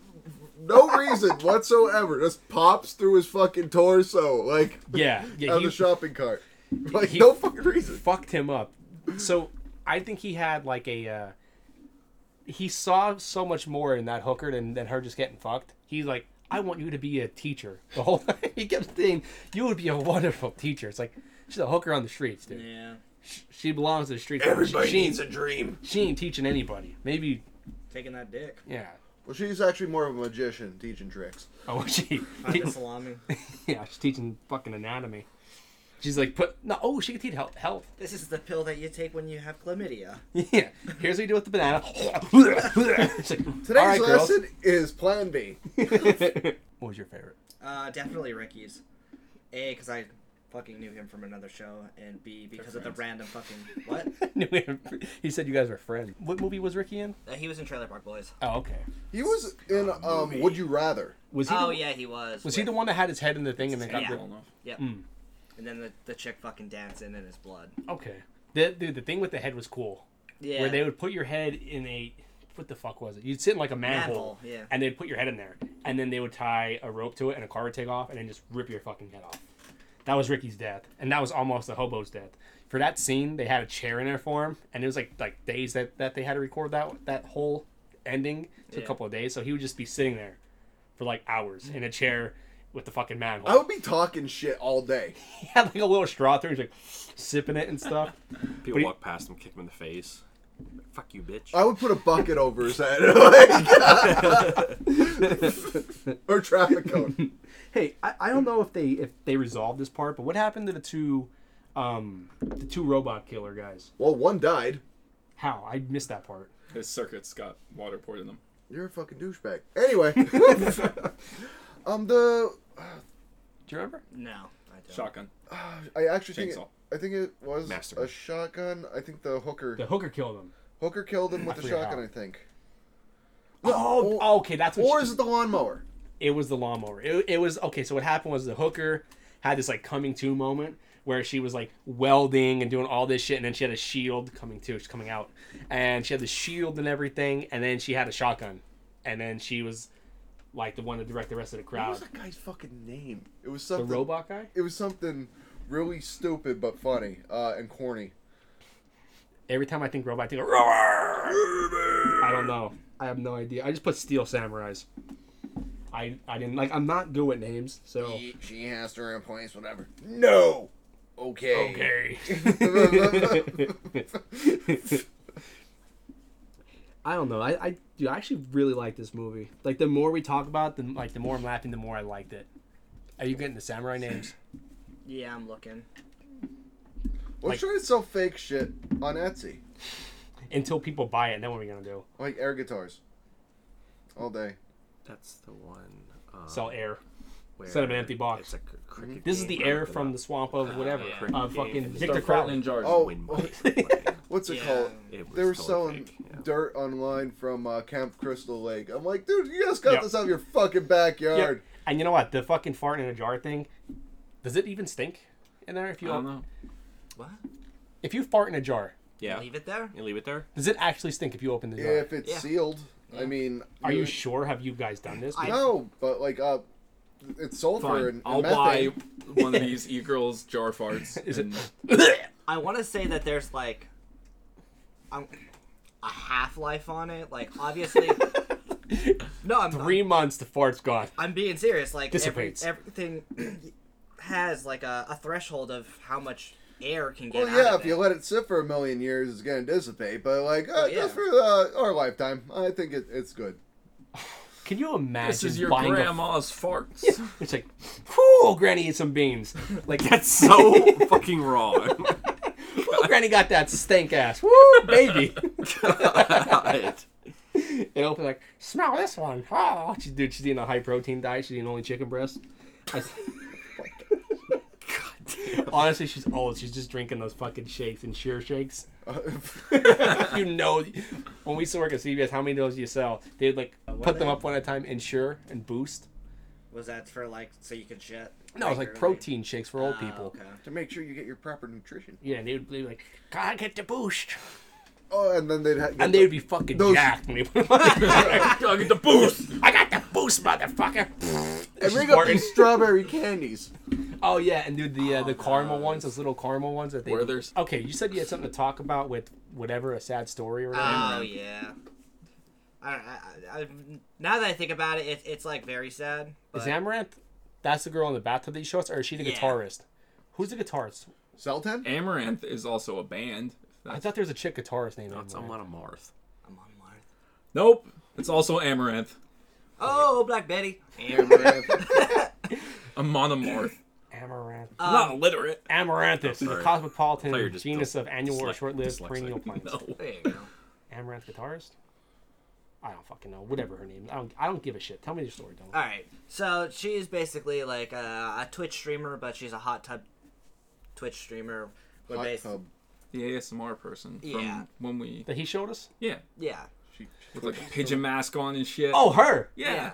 S6: no reason whatsoever just pops through his fucking torso like
S4: yeah
S6: (laughs)
S4: yeah.
S6: out of
S4: he-
S6: the shopping cart. Like
S4: he-
S6: no fucking reason.
S4: fucked him up. So I think he had like a. Uh, he saw so much more in that hooker than, than her just getting fucked. He's like, I want you to be a teacher. (laughs) The whole time he kept saying, "You would be a wonderful teacher." It's like she's a hooker on the streets, dude.
S3: Yeah.
S4: Sh- She belongs to the streets. she, she, ain't-
S9: dream.
S4: she ain't teaching anybody. Maybe
S3: Taking that dick.
S4: (laughs) yeah.
S6: Well, she's actually more of a magician teaching tricks.
S4: Oh, (laughs) she.
S3: Not the salami.
S4: yeah, she's teaching fucking anatomy. She's like, put no. Oh, she could teach health. Health. (laughs)
S3: This is the pill that you take when you have chlamydia.
S4: Yeah. Here's what you do with the banana. (laughs) It's like,
S6: Today's
S4: "All right, girls."
S6: lesson is Plan B.
S4: (laughs) What was your (laughs) favorite?
S3: Uh, definitely Ricky's. A, because I fucking knew him from another show, and B, because of the random (laughs) fucking what?
S4: Knew him. he said you guys were friends. What movie was Ricky in?
S3: Uh, he was in Trailer Park Boys.
S4: Oh, okay.
S6: He was in um, Would You Rather.
S4: Was he?
S3: Oh
S4: the,
S3: yeah, he was.
S4: Was he the one Hmm. that had his head in the thing and then got
S3: Yeah.
S7: Well enough.
S3: Yep. And then the, the chick fucking dancing in his blood.
S4: the? Okay. The, dude, the thing with the head was cool.
S3: Yeah.
S4: Where they would put your head in a. What the fuck was it? You'd sit in like a manhole,
S3: Manhole, yeah.
S4: and they'd put your head in there, and then they would tie a rope to it, and a car would take off, and then just rip your fucking head off. That was Ricky's death, and that was almost the hobo's death. For that scene, they had a chair in there for him, and it was like like days that, that they had to record that that whole ending. It took
S3: Yeah.
S4: a couple of days, so he would just be sitting there for like hours in a chair with the fucking manhole.
S6: I would be talking shit all day.
S4: (laughs) He had like a little straw through, he's like sipping it and stuff.
S8: People
S4: But he-
S8: walk past him, kick him in the face. Like, Fuck you, bitch.
S6: I would put a bucket over his head. (laughs) Like- or traffic cone.
S4: Hey, I, I don't know if they if they resolved this part, but what happened to the two um the two robot killer guys?
S6: Well, one died.
S4: How? I missed that part.
S7: His circuits got water poured in them.
S6: You're a fucking douchebag. (laughs) Anyway. um, the.
S4: Do you remember?
S3: No, I don't.
S7: Shotgun.
S6: I actually think. It,
S7: Chainsaw.
S6: I think it was
S8: Masturbate.
S6: a shotgun. I think the hooker.
S4: The hooker killed him.
S6: Hooker killed him with the
S4: forget
S6: shotgun,
S4: how.
S6: I think.
S4: Oh, okay, that's what
S6: Or
S4: she-
S6: is it the lawnmower?
S4: it was the lawnmower. It, it was okay. So what happened was the hooker had this like coming to moment where she was like welding and doing all this shit, and then she had a shield coming to. She's coming out, and she had the shield and everything, and then she had a shotgun, and then she was like the one to direct the rest of the
S6: What
S4: crowd.
S6: was that guy's fucking name? It was
S4: the
S6: something.
S4: robot guy.
S6: It was something really stupid but funny uh, and corny.
S4: Every time I think robot, I think of, I don't know. I have no idea. I just put Steel Samurais. I I didn't like. I'm not good with names, so
S6: She, she has to replace whatever. No. Okay.
S4: (laughs) I don't know. I, I dude, I actually really like this movie. Like the more we talk about, it, the like the more I'm laughing, the more I liked it. Are you getting the samurai names?
S3: Yeah, I'm looking.
S6: We're
S4: Like-
S6: trying to sell fake shit on Etsy,
S4: Until people buy it, then what are we gonna do?
S6: like air guitars, all day.
S9: That's the one. Um,
S8: uh,
S4: Sell air.
S9: where
S4: instead of an empty box.
S9: It's a cr- cricket
S4: This is the
S9: game
S4: air
S9: opened
S4: from
S9: up.
S4: the swamp of whatever.
S9: yeah.
S4: Uh,
S9: Freaking
S4: fucking
S9: game.
S4: Victor
S7: Start farting in
S4: Crowley.
S7: jars.
S6: Oh,
S9: Win
S6: oh, (laughs)
S9: by-
S6: what's it
S3: Yeah.
S6: called?
S9: It was
S6: They
S9: totally
S6: were selling
S9: fake, yeah.
S6: dirt online from uh, Camp Crystal Lake. I'm like, dude, you just got
S4: Yeah.
S6: this out of your fucking backyard.
S4: Yep. And you know what? The fucking fart in a jar thing. Does it even stink in there? If
S8: I
S4: you
S8: don't know.
S3: What?
S4: if you fart in a jar,
S8: Yeah.
S3: Leave it there?
S8: You leave it there?
S4: does it actually stink if you open the jar?
S6: If it's
S3: Yeah.
S6: sealed, I mean,
S4: Are you sure? Have you guys done this? (laughs)
S6: no, but like, uh, it's sulfur
S7: Fine.
S6: and, and
S7: I'll buy
S6: methane.
S7: one
S4: (laughs)
S7: of these e-girls jar farts.
S4: Is it-
S7: and-
S3: I want to say that there's like um, a half life on it. Like,
S4: (laughs)
S3: obviously. no, I'm,
S4: Three months, the fart's gone.
S3: I'm being serious. Like, every,
S4: Dissipates.
S3: everything (clears throat) has like a, a threshold of how much air can get
S6: Well,
S3: out
S6: yeah,
S3: of
S6: if you
S3: it.
S6: let it sit for a million years, it's gonna dissipate. But like, uh,
S3: Well, yeah.
S6: just for uh, our lifetime, I think it, it's good. (laughs)
S4: Can you imagine
S7: This is your
S4: buying a
S7: grandma's farts. (laughs)
S4: It's like, whoo, Granny ate some beans. Like
S6: (laughs)
S4: that's
S8: So (laughs)
S4: (laughs)
S8: fucking wrong.
S4: Whew, Granny got that stank ass. Woo, baby.
S8: God.
S4: (laughs) And Opie's like, smell this one. Oh, she, dude, she's eating a high protein diet. She's eating only chicken breast. I s- Honestly, she's old. She's just drinking those fucking shakes and sheer shakes. (laughs) you know, when we used to work at CVS, how many of those do you sell? They'd like put them up one at a time, and Sure and Boost.
S3: Was that for like, so you can shit?
S4: No, it's like
S3: regularly?
S4: protein shakes for old
S3: Oh,
S4: people.
S3: okay.
S6: To make sure you get your proper nutrition.
S4: Yeah, and they would be like, "Gotta get the boost,"
S6: Oh, and then they'd ha-
S4: and they would be fucking
S6: Those-
S4: jacked when they put them
S7: (laughs)
S4: (laughs) on.
S7: Gotta get the boost.
S4: I got the boost, motherfucker.
S6: and
S4: She's
S6: bring up
S4: farting.
S6: these strawberry (laughs) candies.
S4: Oh yeah, and dude, the uh, the caramel ones, those little caramel ones that they.
S7: Where there's-
S4: Okay, you said you had something to talk about with whatever a sad story or whatever.
S3: Oh yeah. I, don't- I, I, I, now that I think about it, it it's like very sad. But
S4: is Amaranth? That's the girl in the bathtub that you showed us, or is she the
S3: Yeah.
S4: guitarist? Who's the guitarist?
S6: Selten?
S7: Amaranth is also a band. if
S4: I
S7: that's-
S4: thought there was a chick guitarist named
S8: (laughs) That's
S4: Amaranth.
S8: Amon Amarth.
S3: I'm on Marth.
S7: Nope. It's also Amaranth.
S3: Oh, Black Betty.
S4: (laughs)
S7: A monomarth.
S4: Amaranth.
S7: Not illiterate.
S4: Amaranthus, is a
S8: sorry.
S4: cosmopolitan
S8: I thought you were just
S4: genus of annual or
S8: dyslex-
S4: short-lived
S8: dyslexic.
S4: perennial plants.
S7: No.
S3: There you go.
S4: Amaranth guitarist? I don't fucking know. Whatever her name. I don't. I don't give a shit. Tell me your story, Dylan.
S3: All right. So she's basically like a, a Twitch streamer, but she's a hot tub Twitch streamer. We're
S6: Hot
S3: bas-
S6: tub.
S7: The ASMR person from
S3: Yeah.
S7: when we
S4: That he showed us.
S7: yeah
S3: Yeah.
S6: She,
S7: with like a pigeon mask on and shit.
S4: Oh, her.
S7: yeah.
S3: yeah.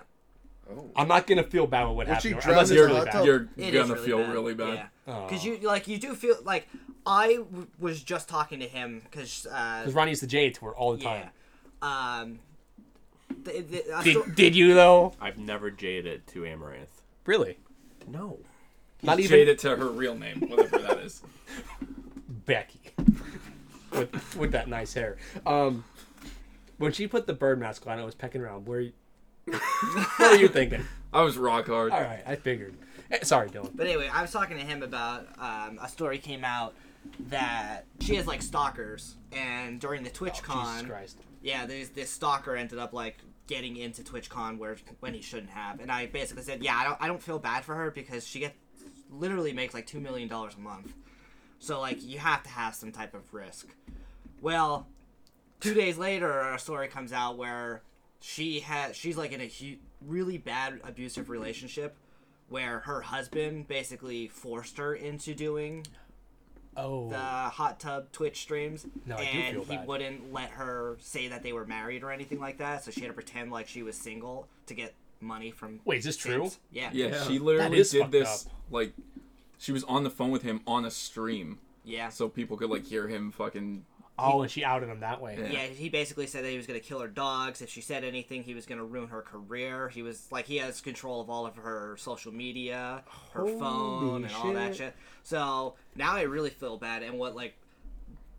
S6: oh.
S4: I'm not gonna feel bad with what
S6: Was she
S4: happened. to
S6: drowned
S4: her, unless
S6: in
S4: it's
S6: the
S4: really
S6: hot
S4: bad.
S6: tub?
S3: Oh,
S7: You're
S3: It is
S7: gonna feel really bad.
S3: Because you like you do feel like I w- was just talking to him because uh,
S4: Because Ronnie used to J it to her all the
S3: yeah
S4: time.
S3: um. The, the, I still-
S4: Did, did you though?
S8: I've never jaded to Amaranth.
S4: Really?
S8: No.
S4: Not even
S7: Jaded to her real name, whatever that is.
S4: Becky. with, with that nice hair. Um, when she put the bird mask on, I was pecking around. Where? You, what were you thinking? (laughs)
S7: I was rock hard.
S4: All right, I figured. Eh, Sorry, Dylan.
S3: But anyway, I was talking to him about um, a story came out that she has like stalkers, and during the TwitchCon,
S4: Oh, Jesus Christ.
S3: yeah, this this stalker ended up like getting into TwitchCon where when he shouldn't have, and I basically said, yeah, I don't I don't feel bad for her because she gets literally makes like two million dollars a month, so like you have to have some type of risk. Well, two days later, a story comes out where she has she's like in a hu- really bad abusive relationship where her husband basically forced her into doing
S4: Oh.
S3: the hot tub Twitch streams,
S4: No, I do
S3: and
S4: feel
S3: he
S4: bad.
S3: wouldn't let her say that they were married or anything like that. So she had to pretend like she was single to get money from.
S4: Wait, is this true?
S3: pimps. Yeah.
S7: Yeah, she
S4: That
S7: literally
S4: is
S7: did
S4: fucked
S7: this
S4: up.
S7: like she was on the phone with him on a stream
S3: Yeah.
S7: so people could like hear him fucking
S4: Oh, and she outed him that way.
S3: Yeah, he basically said that he was going to kill her dogs. If she said anything, he was going to ruin her career. He was like, he has control of all of her social media, her phone, and all that shit. So now I really feel bad. And what like,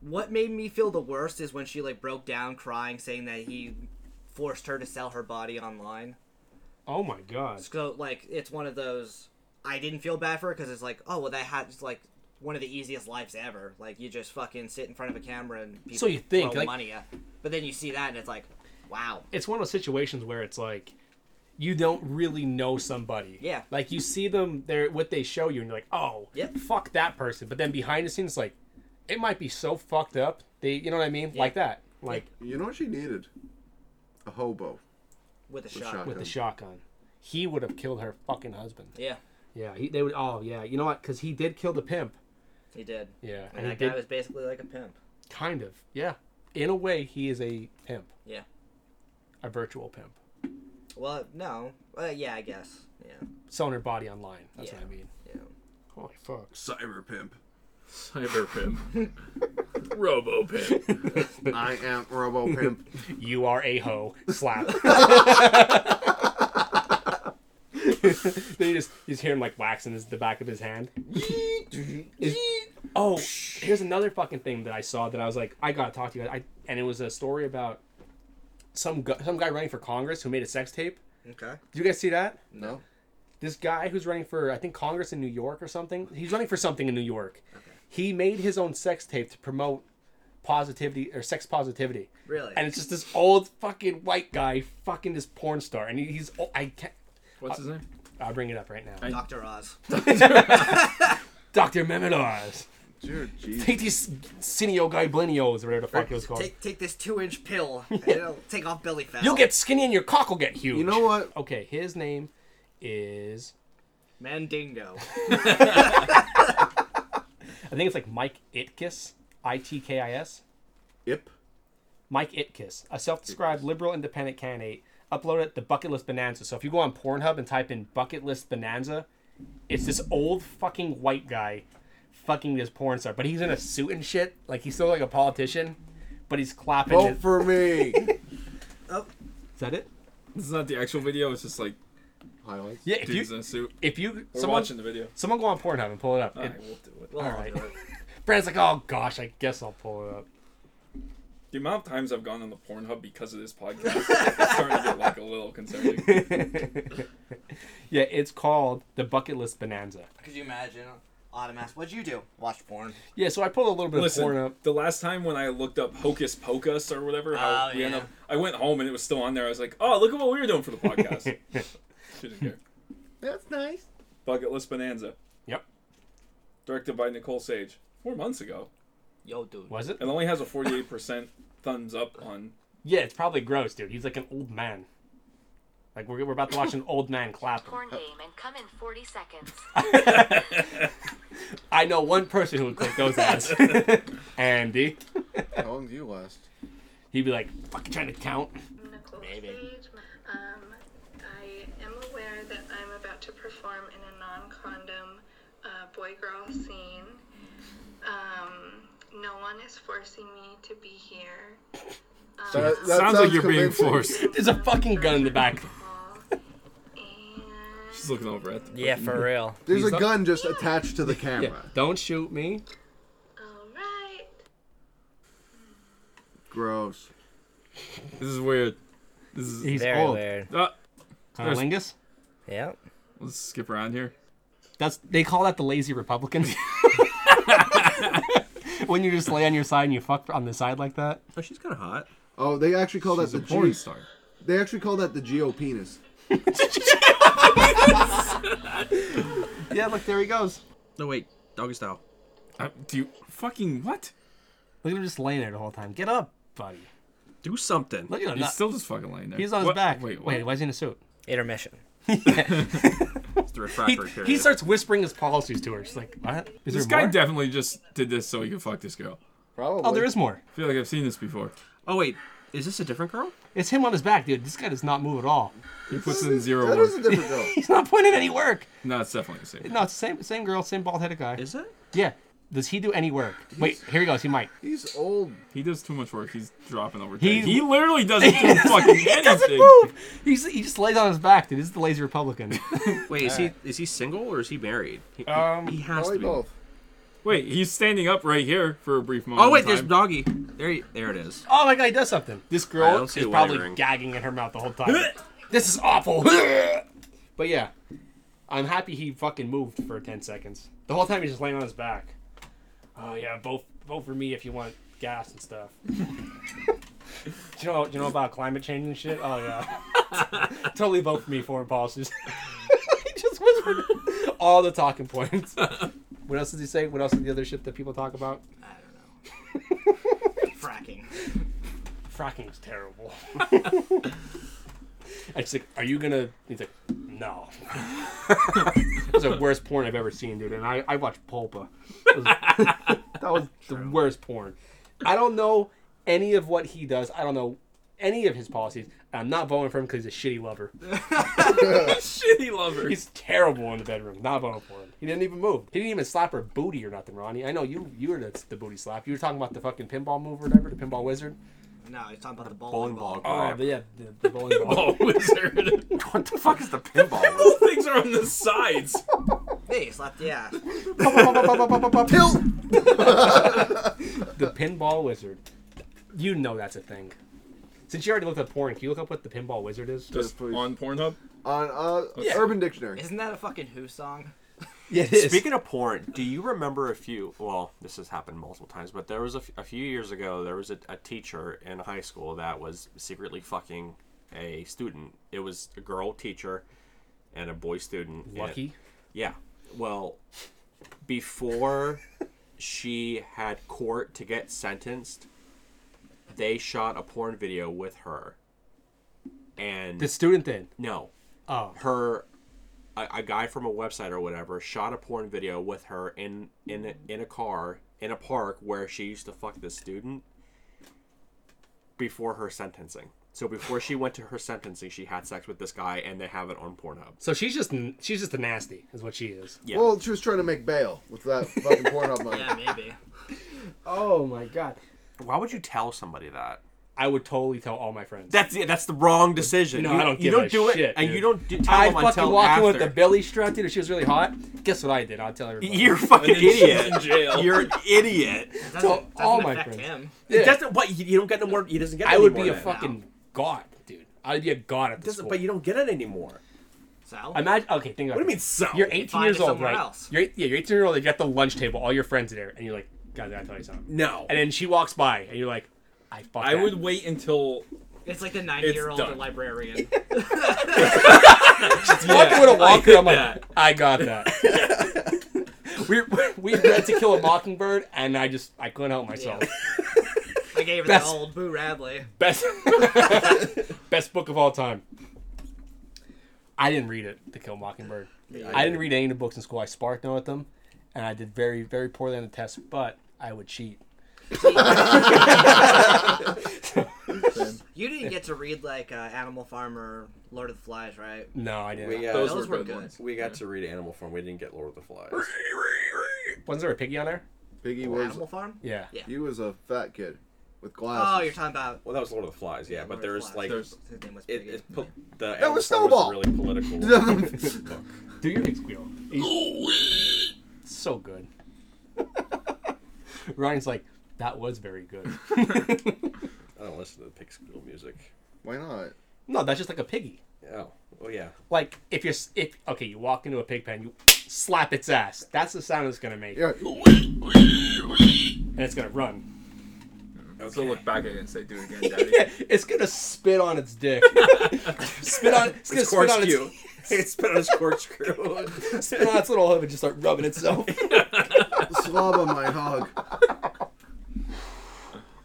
S3: what made me feel the worst is when she like broke down crying, saying that he forced her to sell her body online.
S4: Oh my god.
S3: So like, it's one of those. I didn't feel bad for her because it's like, oh well, that had it's like one of the easiest lives ever. Like you just fucking sit in front of a camera and people
S4: So you think,
S3: throw
S4: like-
S3: money at. But then you see that and it's like, wow.
S4: It's one of those situations where it's like you don't really know somebody.
S3: Yeah.
S4: Like you see them they're what they show you and you're like, "Oh,
S3: Yep.
S4: fuck that person." But then behind the scenes it's like it might be so fucked up. They you know what I mean? Like that. Like
S6: You know what she needed? A hobo.
S3: with a
S6: with
S3: shot.
S6: shotgun.
S4: with the shotgun. He would have killed her fucking husband.
S3: Yeah,
S4: Yeah, he, they would oh, yeah. You know what? Cuz he did kill the pimp.
S3: he did.
S4: Yeah.
S3: And
S4: he
S3: that guy
S4: did-
S3: was basically like a pimp.
S4: kind of. Yeah. In a way, he is a pimp,
S3: Yeah.
S4: a virtual pimp.
S3: Well, no. Uh, yeah, I guess. Yeah.
S4: Selling her body online. That's
S3: Yeah.
S4: what I mean.
S3: Yeah.
S4: Holy fuck.
S6: Cyber pimp.
S7: cyber pimp (laughs) robo pimp
S6: I am Robo Pimp.
S4: You are a hoe. Slap. then you just you just hear him like waxing his, the back of his hand. Is- oh, here's another fucking thing that I saw that I was like, I gotta talk to you. guys. I and it was a story about some gu- some guy running for Congress who made a sex tape.
S3: Okay.
S4: Did you guys see that?
S6: no?
S4: this guy who's running for I think Congress in New York or something. He's running for something in New York. He made his own sex tape to promote positivity or sex positivity.
S3: Really?
S4: And it's just this old fucking white guy, fucking this porn star, and he- he's oh, I can't.
S7: what's his name
S4: I'll bring it up right now.
S3: Doctor Oz.
S4: Doctor Memenars.
S6: Dude, jeez.
S4: Take these Cineo guy blenios or whatever the fuck it was called.
S3: Take take this two inch pill.
S4: (laughs)
S3: And it'll take off belly fat.
S4: You'll get skinny and your cock will get huge.
S6: You know what?
S4: Okay, his name is
S3: Mandingo.
S4: I think it's like Mike Itkis, I T K I S.
S6: Yep.
S4: Mike Itkis, a self-described liberal independent candidate, uploaded the Bucket List Bonanza. So if you go on Pornhub and type in Bucket List Bonanza, it's this old fucking white guy fucking this porn star, but he's in a suit and shit. Like he's still like a politician, but he's clapping.
S6: Vote
S4: his-
S6: for me.
S4: Is that it?
S7: this is not the actual video it's just like
S6: Highlights.
S4: Yeah. If
S7: dudes
S4: you
S7: in a suit
S4: if you
S7: we're
S4: someone
S7: watching the video
S4: someone go on Pornhub and pull it up.
S7: all
S4: It-
S7: right we'll do it
S3: Well,
S4: All right.
S3: I'll do it.
S4: (laughs) Brand's like, oh gosh, I guess I'll pull it up. (laughs)
S7: the amount of times i've gone on the pornhub because of this (laughs) podcast it's starting to get like a little concerning
S4: Yeah, it's called the Bucket List Bonanza.
S3: Could you imagine? Autumn asked, "What'd you do? Watch porn."
S4: Yeah, so I pulled a little bit of porn
S7: Listen, (laughs)
S4: up.
S7: the last time when I looked up Hocus Pocus or whatever, how
S3: Oh,
S7: we end
S3: yeah.
S7: up, I went home and it was still on there. I was like, "Oh, look at what we were doing for the (laughs) podcast." Shouldn't care.
S6: That's nice.
S7: Bucket List Bonanza,
S4: (laughs) Yep.
S7: directed by Nicole Sage, four months ago.
S3: Yo, dude.
S4: Was it?
S7: It only has a 48% (laughs) thumbs up on.
S4: Yeah, it's probably gross, dude. He's like an old man. Like we're, we're about to watch an old man clap.
S10: Porn game and come in 40 seconds.
S4: I know one person who would click those
S7: (laughs)
S4: ads. Andy.
S6: How long do you last?
S4: He'd be like, fucking trying to count.
S11: Nicole Sage. Um, I am aware that I'm about to perform in a non-condom uh, boy-girl scene. Um, no one is forcing me to be here.
S6: That, that
S8: sounds, like you're being
S6: convincing.
S8: forced.
S12: (laughs)
S4: There's a fucking gun in the back.
S11: And
S7: She's looking over at the.
S3: Yeah, for real.
S6: There's
S4: He's
S6: a
S4: not-
S6: gun just attached to the camera.
S4: Don't shoot me.
S11: all right.
S6: Gross.
S8: This is weird.
S4: He's
S3: Very
S4: old.
S3: weird.
S7: Ah,
S4: Cunnilingus?
S3: Yeah.
S7: let's skip around here.
S4: That's they call that the lazy Republican.
S7: (laughs)
S4: when you just lay on your side and you fuck on the side like that.
S9: Oh, she's kind of hot.
S6: Oh, they actually call
S8: She's
S6: that
S8: a
S6: the
S8: porn
S6: G-
S8: star.
S6: They actually call that the geo penis. (laughs)
S4: Yeah, look there he goes.
S9: No, wait. Doggy style.
S7: Uh, do you fucking what?
S4: Look at him just laying there the whole time. Get up, buddy.
S9: Do something.
S4: Look at him.
S7: He's
S4: not-
S7: still just fucking lying there.
S4: he's on his
S7: What-
S4: back.
S7: Wait, what?
S4: wait, why is he in a suit?
S3: Intermission.
S12: it's the
S4: He,
S12: refractory period.
S4: he starts whispering his policies to her. She's like, "What? Is
S7: this
S4: there
S7: guy
S4: more?"
S7: definitely just did this so he could fuck this girl.
S6: Probably.
S4: Oh, there is more.
S7: I feel like I've seen this before.
S12: Oh wait, is this a different girl?
S4: It's him on his back, dude. This guy does not move at all. (laughs)
S7: He puts in zero work.
S4: He's not putting in any work.
S7: no, it's definitely the same.
S4: No, it's the same same girl, same bald headed guy.
S12: Is it?
S4: Yeah. Does he do any work? Wait, here he goes. He might.
S6: He's old.
S7: He does too much work. He's dropping over.
S4: He-
S7: He, he literally
S4: (laughs)
S7: doesn't do fucking
S4: he
S7: anything.
S4: doesn't move. He's, he just lays on his back, dude. This is the lazy Republican.
S12: Wait, is he is he single or is he married? He,
S7: Um,
S12: he has to
S6: Probably
S12: be.
S6: both.
S7: Wait, he's standing up right here for a brief moment.
S12: Oh wait,
S7: in
S12: there's
S7: time.
S12: doggy. There, he, there it is.
S4: oh my god, he does something. This
S12: I
S4: girl
S12: don't
S4: is
S12: see a
S4: probably
S12: wiring.
S4: gagging in her mouth the whole time. (laughs) this is awful. (laughs) but yeah, I'm happy he fucking moved for ten seconds. The whole time he's just laying on his back. Oh yeah, vote vote for me if you want gas and stuff. (laughs) do you know do you know about climate change and shit? Oh yeah, (laughs) totally vote for me foreign policies. (laughs) he just whispered all the talking points. (laughs) What else did he say? What else is the other shit that people talk about?
S3: Fracking.
S4: fracking is
S8: (laughs)
S4: terrible. I just like, are you gonna? He's like, no. It's the worst porn I've ever seen, dude. And I, I watched Pulpa.
S8: (laughs)
S4: That was, that was the worst porn. I don't know any of what he does. I don't know any of his policies. And I'm not voting for him because he's a shitty lover.
S7: shitty lover.
S4: He's terrible in the bedroom. Not voting for him. He didn't even move. He didn't even slap her booty or nothing, Ronnie. I know you you were the, the booty slap. You were talking about the fucking pinball move or whatever, the pinball wizard.
S3: No, he's talking about the bowling,
S8: Bowling ball
S4: Oh,
S8: grab.
S4: the, yeah, the, the bowling (laughs) ball.
S7: (laughs) oh, wizard.
S8: what the fuck is the pinball?
S7: (laughs) Those things are on the sides.
S3: Hey, he slapped the ass.
S4: Tilt. the pinball wizard. You know that's a thing. Since you already looked up porn, can you look up what the pinball wizard
S8: (laughs)
S4: is?
S7: Just
S6: please.
S7: on Pornhub.
S6: On uh, Urban Dictionary.
S3: Isn't that a fucking Who song?
S4: Yeah, it
S8: Speaking of porn, do you remember a few? Well, this has happened multiple times, but there was a, f- a few years ago. There was a, a teacher in high school that was secretly fucking a student. It was a girl teacher and a boy student. and-
S4: Lucky.
S8: yeah. Well, before she had court to get sentenced, they shot a porn video with her. And
S4: The student then.
S8: no,
S4: Oh.
S8: her a, a guy from a website or whatever shot a porn video with her in in a, in a car in a park where she used to fuck this student before her sentencing. So before she went to her sentencing, she had sex with this guy, and they have it on Pornhub.
S4: So she's just she's just a nasty, is what she is.
S8: Yeah.
S6: Well, she was trying to make bail with that
S3: (laughs)
S6: fucking Pornhub money.
S3: Yeah, maybe.
S4: Oh my god.
S8: Why would you tell somebody that?
S4: I would totally tell all my friends.
S8: That's yeah, that's the wrong decision.
S4: No,
S8: you,
S4: I don't
S8: you
S4: give
S8: don't
S4: a
S8: do
S4: shit,
S8: it, and
S4: dude.
S8: you don't do, tell
S4: I
S8: them
S4: fucking
S8: until
S4: walked in
S8: after.
S4: with the belly strap, dude. If she was really hot, guess what I did? I'll tell everybody.
S8: (laughs) You're a fucking
S7: And then she's
S8: idiot.
S7: in jail.
S8: You're an
S4: (laughs)
S8: idiot.
S3: Doesn't,
S4: So,
S3: doesn't
S4: all my
S3: affect
S4: friends.
S3: him.
S4: Yeah.
S8: It doesn't. What you, you don't get no more. He doesn't get.
S4: I
S8: any
S4: would
S8: more
S4: be a
S8: then.
S4: fucking god, dude. I'd be a god at
S8: It
S4: this.
S8: doesn't-
S4: School.
S8: But you don't get it anymore.
S3: So?
S4: Imagine. Okay, think about
S8: What do you
S4: this.
S8: mean so?
S4: You're 18
S3: find
S4: years
S3: it
S4: old,
S3: somewhere
S4: right?
S3: else.
S4: You're eight, yeah, you're 18 years old. You got the lunch table, all your friends are there, and you're like, "God, I tell you something."
S8: no.
S4: And then she walks by, and you're like, "I fuck."
S7: I
S4: that."
S7: would wait until
S3: It's like the 90 year old
S7: done.
S3: librarian.
S4: Walking with a walker, I'm like,
S8: that.
S4: "I got that."
S3: (laughs)
S4: we we read To Kill a Mockingbird, and I just I couldn't help myself.
S3: I gave her
S4: Best-
S3: the old Boo Radley.
S4: (laughs) Best best book of all time. I didn't read it, To Kill a Mockingbird. I didn't read any of the books in school. I sparked note at them, and I did very very poorly on the test, but I would cheat.
S3: You didn't get to read like uh, Animal Farm or Lord of the Flies, right?
S4: No, I didn't.
S8: We, uh,
S7: those,
S3: Those
S7: were
S3: were
S7: good
S3: good.
S7: ones.
S8: we got to read Animal Farm. We didn't get Lord of the Flies.
S4: Wasn't there a piggy on there?
S6: Biggie was
S3: Animal Farm?
S4: Yeah.
S3: Yeah.
S6: he was a fat kid with
S3: Oh, you're
S6: glasses.
S3: talking about.
S8: Well, that was Lord of the Flies, yeah. but
S3: Lord of
S8: there's
S3: the Flies.
S8: like it,
S7: There's-
S3: His name was Piggy.
S8: it put the
S6: That was
S8: Animal Farm
S6: Snowball.
S8: was a really
S6: (laughs)
S8: political. book.
S4: Do your big squeal. so good. (laughs) Ryan's like, that was very good.
S8: I don't listen to the pig squeal music.
S6: Why not?
S4: no, that's just like a piggy.
S8: Oh, oh yeah.
S4: Like if you're s- if okay, you walk into a pig pen, you slap its ass. That's the sound it's gonna make,
S6: Yeah,
S4: and it's gonna run.
S7: So look back at it and say, "Do it again, Daddy."
S4: Yeah, (laughs) it's gonna spit on its dick. spit on. It's gonna spit on its. (laughs)
S8: It's been on a
S9: (laughs)
S8: corkscrew.
S4: Spit on its little hoof and just start rubbing itself.
S6: slob on my hog.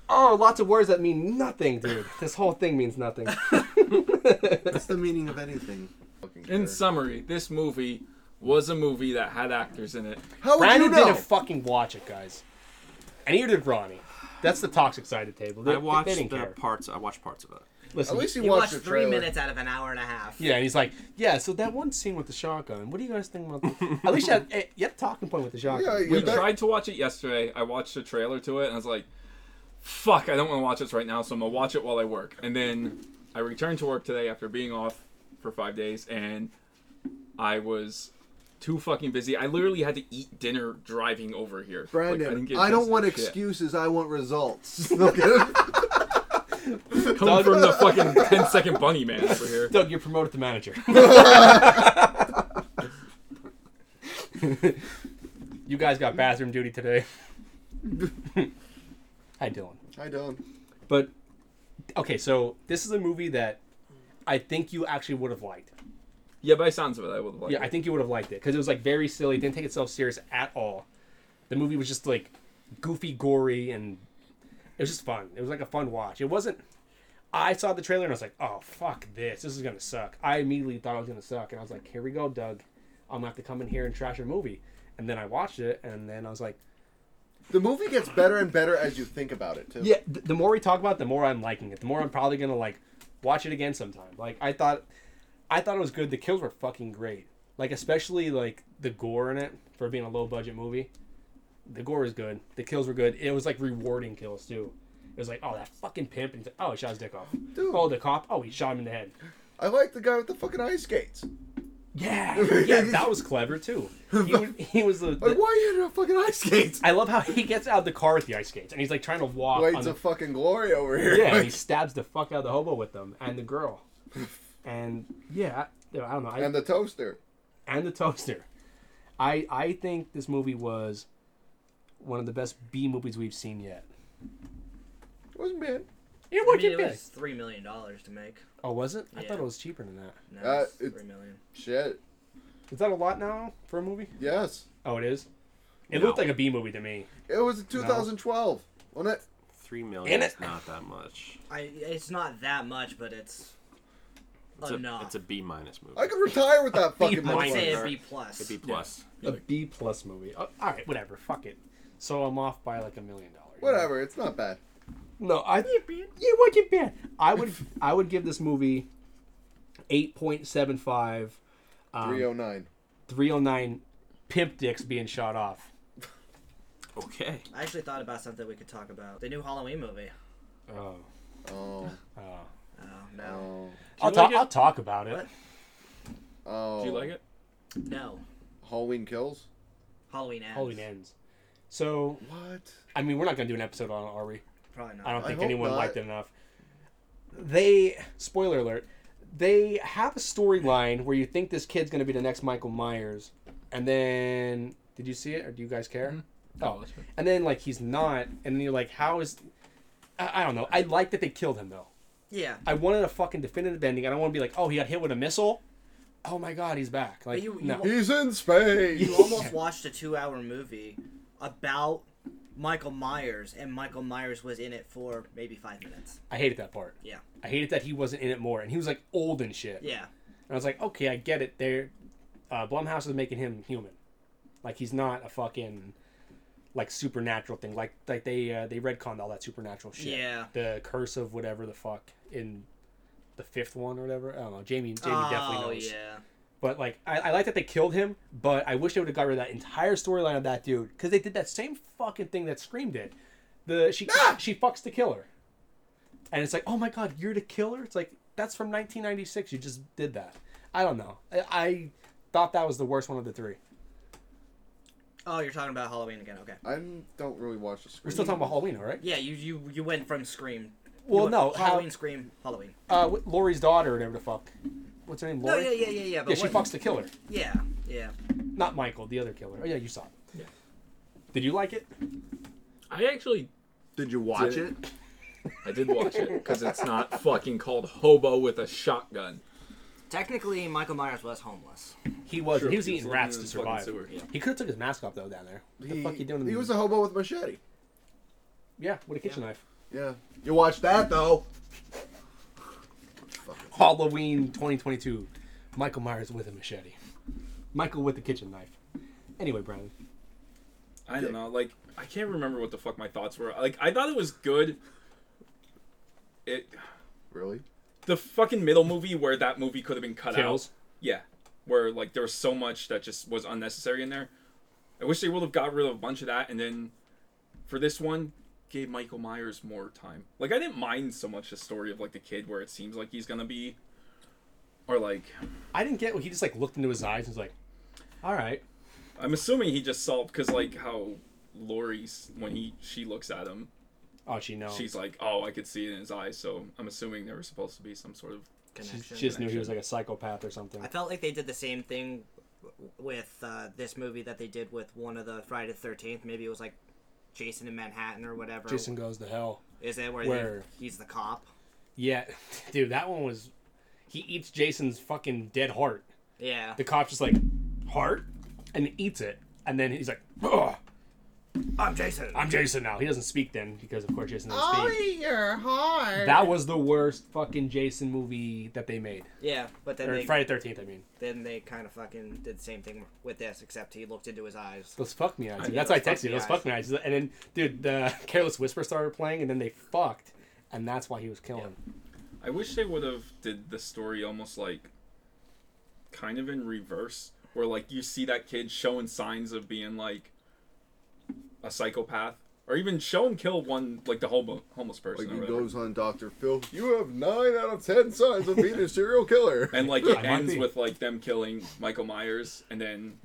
S4: oh, lots of words that
S6: (laughs)
S4: mean nothing, dude. This whole thing means nothing.
S6: That's the meaning of anything. fucking
S7: In
S6: care.
S7: summary, this movie was a movie that had actors in it.
S6: How would
S4: Brandon
S6: you know?
S4: didn't fucking watch it, guys. And neither did Ronnie. That's the toxic side of the table. They,
S9: I watched
S4: they
S9: the
S4: didn't care.
S9: parts. I watched parts of it.
S4: Listen,
S6: At least he,
S3: You
S6: watched,
S3: watched
S6: the
S3: three
S6: trailer.
S3: minutes out of an hour and a half.
S4: yeah, and he's like, yeah. So that one scene with the shotgun. What do you guys think about?
S6: (laughs)
S4: that?" At least you had, eh, you had a talking point with the
S6: Yeah,
S4: shotgun.
S6: yeah,
S7: We
S6: that-
S7: tried to watch it yesterday. I watched a trailer to it and I was like, fuck, I don't want to watch this right now, so I'm going to watch it while I work. And then I returned to work today after being off for five days and I was too fucking busy. I literally had to eat dinner driving over here. Like,
S6: Brandon,
S7: didn't get a
S6: I,
S7: chance
S6: don't
S7: to
S6: want
S7: shit.
S6: excuses. I want results. (laughs) Okay?
S7: Come from the fucking 10 second bunny man over here.
S6: (laughs)
S4: Doug, you're promoted to manager. (laughs) you guys got bathroom duty today. (laughs) How you doing?
S6: I don't.
S4: But okay, so this is a movie that I think you actually would have liked.
S7: Yeah, by sounds of it, I would like.
S4: yeah,
S7: it.
S4: I think you would have liked it because it was like very silly, didn't take itself serious at all. The movie was just like goofy, gory, and it was just fun. It was like a fun watch. It wasn't. I saw the trailer and I was like, "Oh fuck this! This is gonna suck." I immediately thought it was gonna suck, and I was like, "Here we go, Doug. I'm gonna have to come in here and trash your movie." And then I watched it, and then I was like,
S6: The movie gets better and better as you think about it, too.
S4: yeah, th- the more we talk about it, the more I'm liking it. The more I'm probably gonna like watch it again sometime. Like I thought, I thought it was good. The kills were fucking great. Like especially like the gore in it for being a low budget movie. The gore was good. The kills were good. It was like rewarding kills too. It was like, oh that fucking pimp, and oh he shot his dick off.
S6: Dude.
S4: Oh the cop, oh he shot him in the head.
S6: I like the guy with the fucking ice skates. (laughs)
S4: Yeah, yeah, that was clever too. He was, he was the.
S6: Like,
S4: the-
S6: why are you in a
S4: (laughs)
S6: fucking ice (laughs) skates?
S4: I love how he gets out of the car with the ice skates and he's like trying to walk. on
S6: Blades
S4: the-
S6: of fucking glory over here.
S4: Yeah, and he
S6: Like-
S4: stabs the fuck out of the hobo with them and the girl. And yeah, I, I don't know. I,
S6: and
S4: and, the,
S6: the toaster.
S4: toaster. I I think this movie was one of the best B movies we've seen yet.
S6: It wasn't bad.
S4: It
S3: I mean, it was three million dollars to make.
S4: Oh, was it? I
S3: Yeah.
S4: thought it was cheaper than that.
S3: No,
S6: Uh,
S3: it's
S6: it-
S3: three million.
S6: Shit.
S4: Is that a lot now for a movie?
S6: Yes.
S4: Oh, it is. It
S9: No.
S4: looked like a B movie to me.
S6: It was in 2012. Wasn't it?
S9: Three million
S4: In
S9: is
S4: it.
S9: not that much.
S3: I, it's not that much, but it's,
S9: It's
S3: enough.
S9: a, it's a B minus movie.
S6: I could retire with (laughs) that fucking
S3: I would
S6: money.
S3: say a
S9: minor.
S3: B plus.
S9: It's a B plus.
S4: A B plus movie. Oh, all right, whatever. Fuck it. So I'm off by like a million dollars.
S6: Whatever. It's not bad.
S4: No, I you would get banned. I would I would give this movie eight point seven five
S6: Um,
S4: um,
S6: 309.
S4: three oh nine pimp dicks being shot off.
S9: Okay.
S3: I actually thought about something we could talk about. The new Halloween movie.
S4: Oh.
S6: (laughs) Oh.
S4: oh.
S3: Oh no,
S4: I'll,
S7: you
S4: talk,
S7: like it?
S4: I'll talk about it.
S3: What?
S6: Oh.
S7: Do you like it?
S3: no.
S6: Halloween kills?
S3: Halloween ends.
S4: Halloween ends. So
S6: What?
S4: I mean we're not gonna do an episode on it, are we?
S3: Probably not.
S4: I don't
S6: I
S4: think
S6: hope
S4: anyone
S6: not.
S4: liked it enough. They spoiler alert, they have a storyline where you think this kid's gonna be the next Michael Myers, and then did you see it or do you guys care? Oh, and then like he's not, and then you're like, how is? I, I don't know. I like that they killed him though.
S3: Yeah,
S4: I wanted a fucking definitive ending. I don't want to be like, oh, he got hit with a missile. Oh my god, he's back. Like
S3: you- you
S4: no.
S3: wa-
S6: He's in space.
S3: you almost watched a two-hour movie about Michael Myers, and Michael Myers was in it for maybe five minutes.
S4: I hated that part.
S3: Yeah,
S4: I hated that he wasn't in it more, and he was like old and shit.
S3: yeah.
S4: And I was like, okay, I get it. They're uh, Blumhouse is making him human, like he's not a fucking like supernatural thing. Like like they uh, they retconned all that supernatural shit.
S3: Yeah.
S4: The curse of whatever the fuck in the fifth one or whatever. I don't know. Jamie Jamie
S3: oh
S4: definitely knows.
S3: yeah.
S4: But like I, I like that they killed him, but I wish they would have got rid of that entire storyline of that dude because they did that same fucking thing that Scream did. The she
S3: Ah!
S4: she fucks the killer, and it's like oh my god you're the killer. It's like that's from 1996. You just did that. I don't know. I, I thought that was the worst one of the three.
S3: Oh, you're talking about Halloween again. Okay.
S6: (laughs) I don't really watch the screen.
S4: We're still talking about Halloween, all right?
S3: Yeah, you you you went from Scream. you
S4: Well,
S3: went
S4: no, how-
S3: Halloween, Scream, Halloween.
S4: Uh, with Lori's daughter, or whatever the fuck. What's her name?
S3: No,
S4: Lori.
S3: yeah, yeah, yeah, yeah. But
S4: yeah, she
S3: what-
S4: fucks the killer,
S3: Yeah, yeah.
S4: not Michael, the other killer. Oh yeah, you saw it. Yeah. Did you like it?
S7: I actually
S6: Did you watch
S7: Did-
S6: it?
S7: I did watch it because it's not fucking called Hobo with a Shotgun.
S3: Technically, Michael Myers was homeless.
S4: He was.
S7: Sure,
S4: he was
S7: he was
S4: eating
S7: living
S4: rats
S7: in
S4: to
S7: the fucking
S4: survive.
S7: sewer. Yeah.
S4: He could have took his mask off though down there. What the fuck you doing? in
S6: He
S4: the-
S6: was a hobo with a machete.
S4: yeah, with a kitchen knife.
S6: Yeah. You watched that though.
S4: Halloween 2022 Michael Myers with a machete. Michael with the kitchen knife. Anyway, Brandon.
S7: I don't know. Like I can't remember what the fuck my thoughts were. Like I thought it was good. It
S6: really
S7: the fucking middle movie where that movie could have been cut
S4: Kills?
S7: out. Yeah, where like there was so much that just was unnecessary in there. I wish they would have got rid of a bunch of that and then for this one gave Michael Myers more time. Like I didn't mind so much the story of like the kid where it seems like he's gonna be, or like
S4: I didn't get. He just like looked into his eyes and was like, "All right."
S7: I'm assuming he just saw because like how Lori's when he she looks at him
S4: Oh, she knows.
S7: she's like, "Oh, I could see it in his eyes." So I'm assuming there was supposed to be some sort of
S3: Connection.
S4: she just knew he was like a psychopath or something.
S3: I felt like they did the same thing w- with uh, this movie that they did with one of the Friday the Thirteenth. Maybe it was like Jason in Manhattan or whatever.
S4: Jason goes to hell.
S3: is it where,
S4: where-
S3: He, he's the cop?
S4: Yeah, (laughs) dude, that one was. He eats Jason's fucking dead heart.
S3: Yeah.
S4: The cop's just like, heart, and eats it, and then he's like, "Ugh,
S3: I'm Jason. Oh,
S4: I'm Jason now. He doesn't speak then because of course Jason doesn't speak.
S5: your heart.
S4: That was the worst fucking Jason movie that they made.
S3: yeah, but then
S4: Or
S3: they
S4: Friday Thirteenth, I mean.
S3: then they kind of fucking did the same thing with this, except he looked into his eyes.
S4: Let's fuck me eyes.
S7: know,
S4: That's why I
S3: let's fuck
S4: texted you.
S3: me
S4: Let's
S3: eyes.
S4: fuck me eyes. And then, dude, the (laughs) Careless Whisper started playing, and then they fucked, and that's why he was killing.
S7: I wish they would have did the story almost like kind of in reverse where like you see that kid showing signs of being like a psychopath or even show him kill one like the hobo homeless person
S6: like
S7: or
S6: he
S7: whatever.
S6: goes on Doctor Phil. You have nine out of ten signs of being a serial killer.
S7: and like it
S4: might
S7: ends
S4: be.
S7: with like them killing Michael Myers and then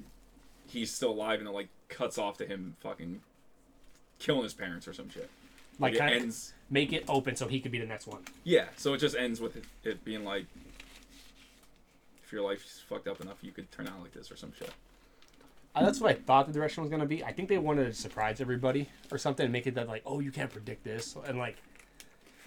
S7: he's still alive and it like cuts off to him fucking killing his parents or some shit.
S4: Like,
S7: it
S4: kinda
S7: ends
S4: make it open so he could be the next one.
S7: Yeah, so it just ends with it, it being like, if your life's fucked up enough, you could turn out like this or some shit.
S4: Uh, that's what I thought the direction was gonna be. I think they wanted to surprise everybody or something, and make it that like, oh, you can't predict this, and like.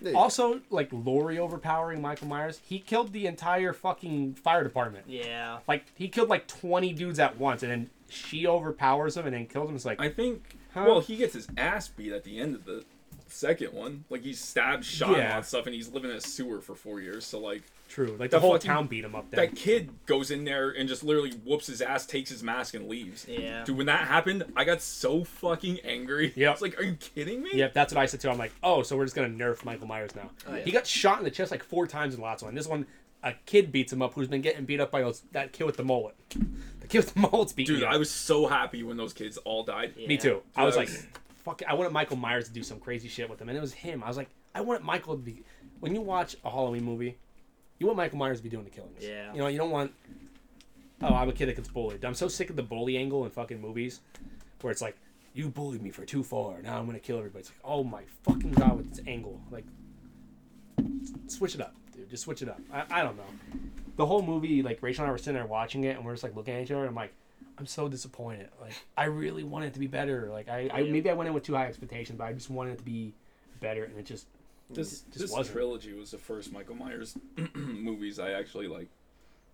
S6: Yeah.
S4: Also, like Lori overpowering Michael Myers, he killed the entire fucking fire department.
S3: Yeah.
S4: Like he killed like twenty dudes at once, and then she overpowers him and then kills him. It's like
S7: I think,
S4: Huh?
S7: well, he gets his ass beat at the end of the second one. Like, he's stabbed, shot, and
S4: Yeah.
S7: all that stuff, and he's living in a sewer for four years. So, like,
S4: true. Like the,
S7: the
S4: whole
S7: fucking-
S4: town beat him up. Then
S7: that kid goes in there and just literally whoops his ass, takes his mask, and leaves.
S3: Yeah.
S7: Dude, when that happened, I got so fucking angry. (laughs)
S4: Yep.
S7: It's like, are you kidding me?
S4: Yep, that's what I said too. I'm like, oh, so we're just gonna nerf Michael Myers now.
S3: Oh,
S4: He got shot in the chest like four times in the last one. This one, a kid beats him up who's been getting beat up by those, that kid with the mullet. The kid with the mullet's beating.
S7: Dude,
S4: him.
S7: I was so happy when those kids all died.
S4: Me
S3: Yeah.
S4: too. I
S7: I
S4: was like,
S7: was-
S4: fuck. it, I wanted Michael Myers to do some crazy shit with him, and it was him. I was like, I want Michael to be. When you watch a Halloween movie, you want Michael Myers to be doing the killings.
S3: Yeah.
S4: You know, you don't want. Oh, I'm a kid that gets bullied. I'm so sick of the bully angle in fucking movies, where it's like, you bullied me for too far. Now I'm gonna kill everybody. It's like, oh my fucking god, with this angle, like, switch it up, dude. Just switch it up. I, I don't know. The whole movie, like Rachel and I were sitting there watching it, and we're just like looking at each other. And I'm like, I'm so disappointed. Like, I really wanted it to be better. Like, I, I maybe I went in with too high expectations, but I just wanted it to be better, and it just
S7: This
S4: just
S7: this
S4: wasn't.
S7: trilogy was the first Michael Myers (clears throat) movies I actually like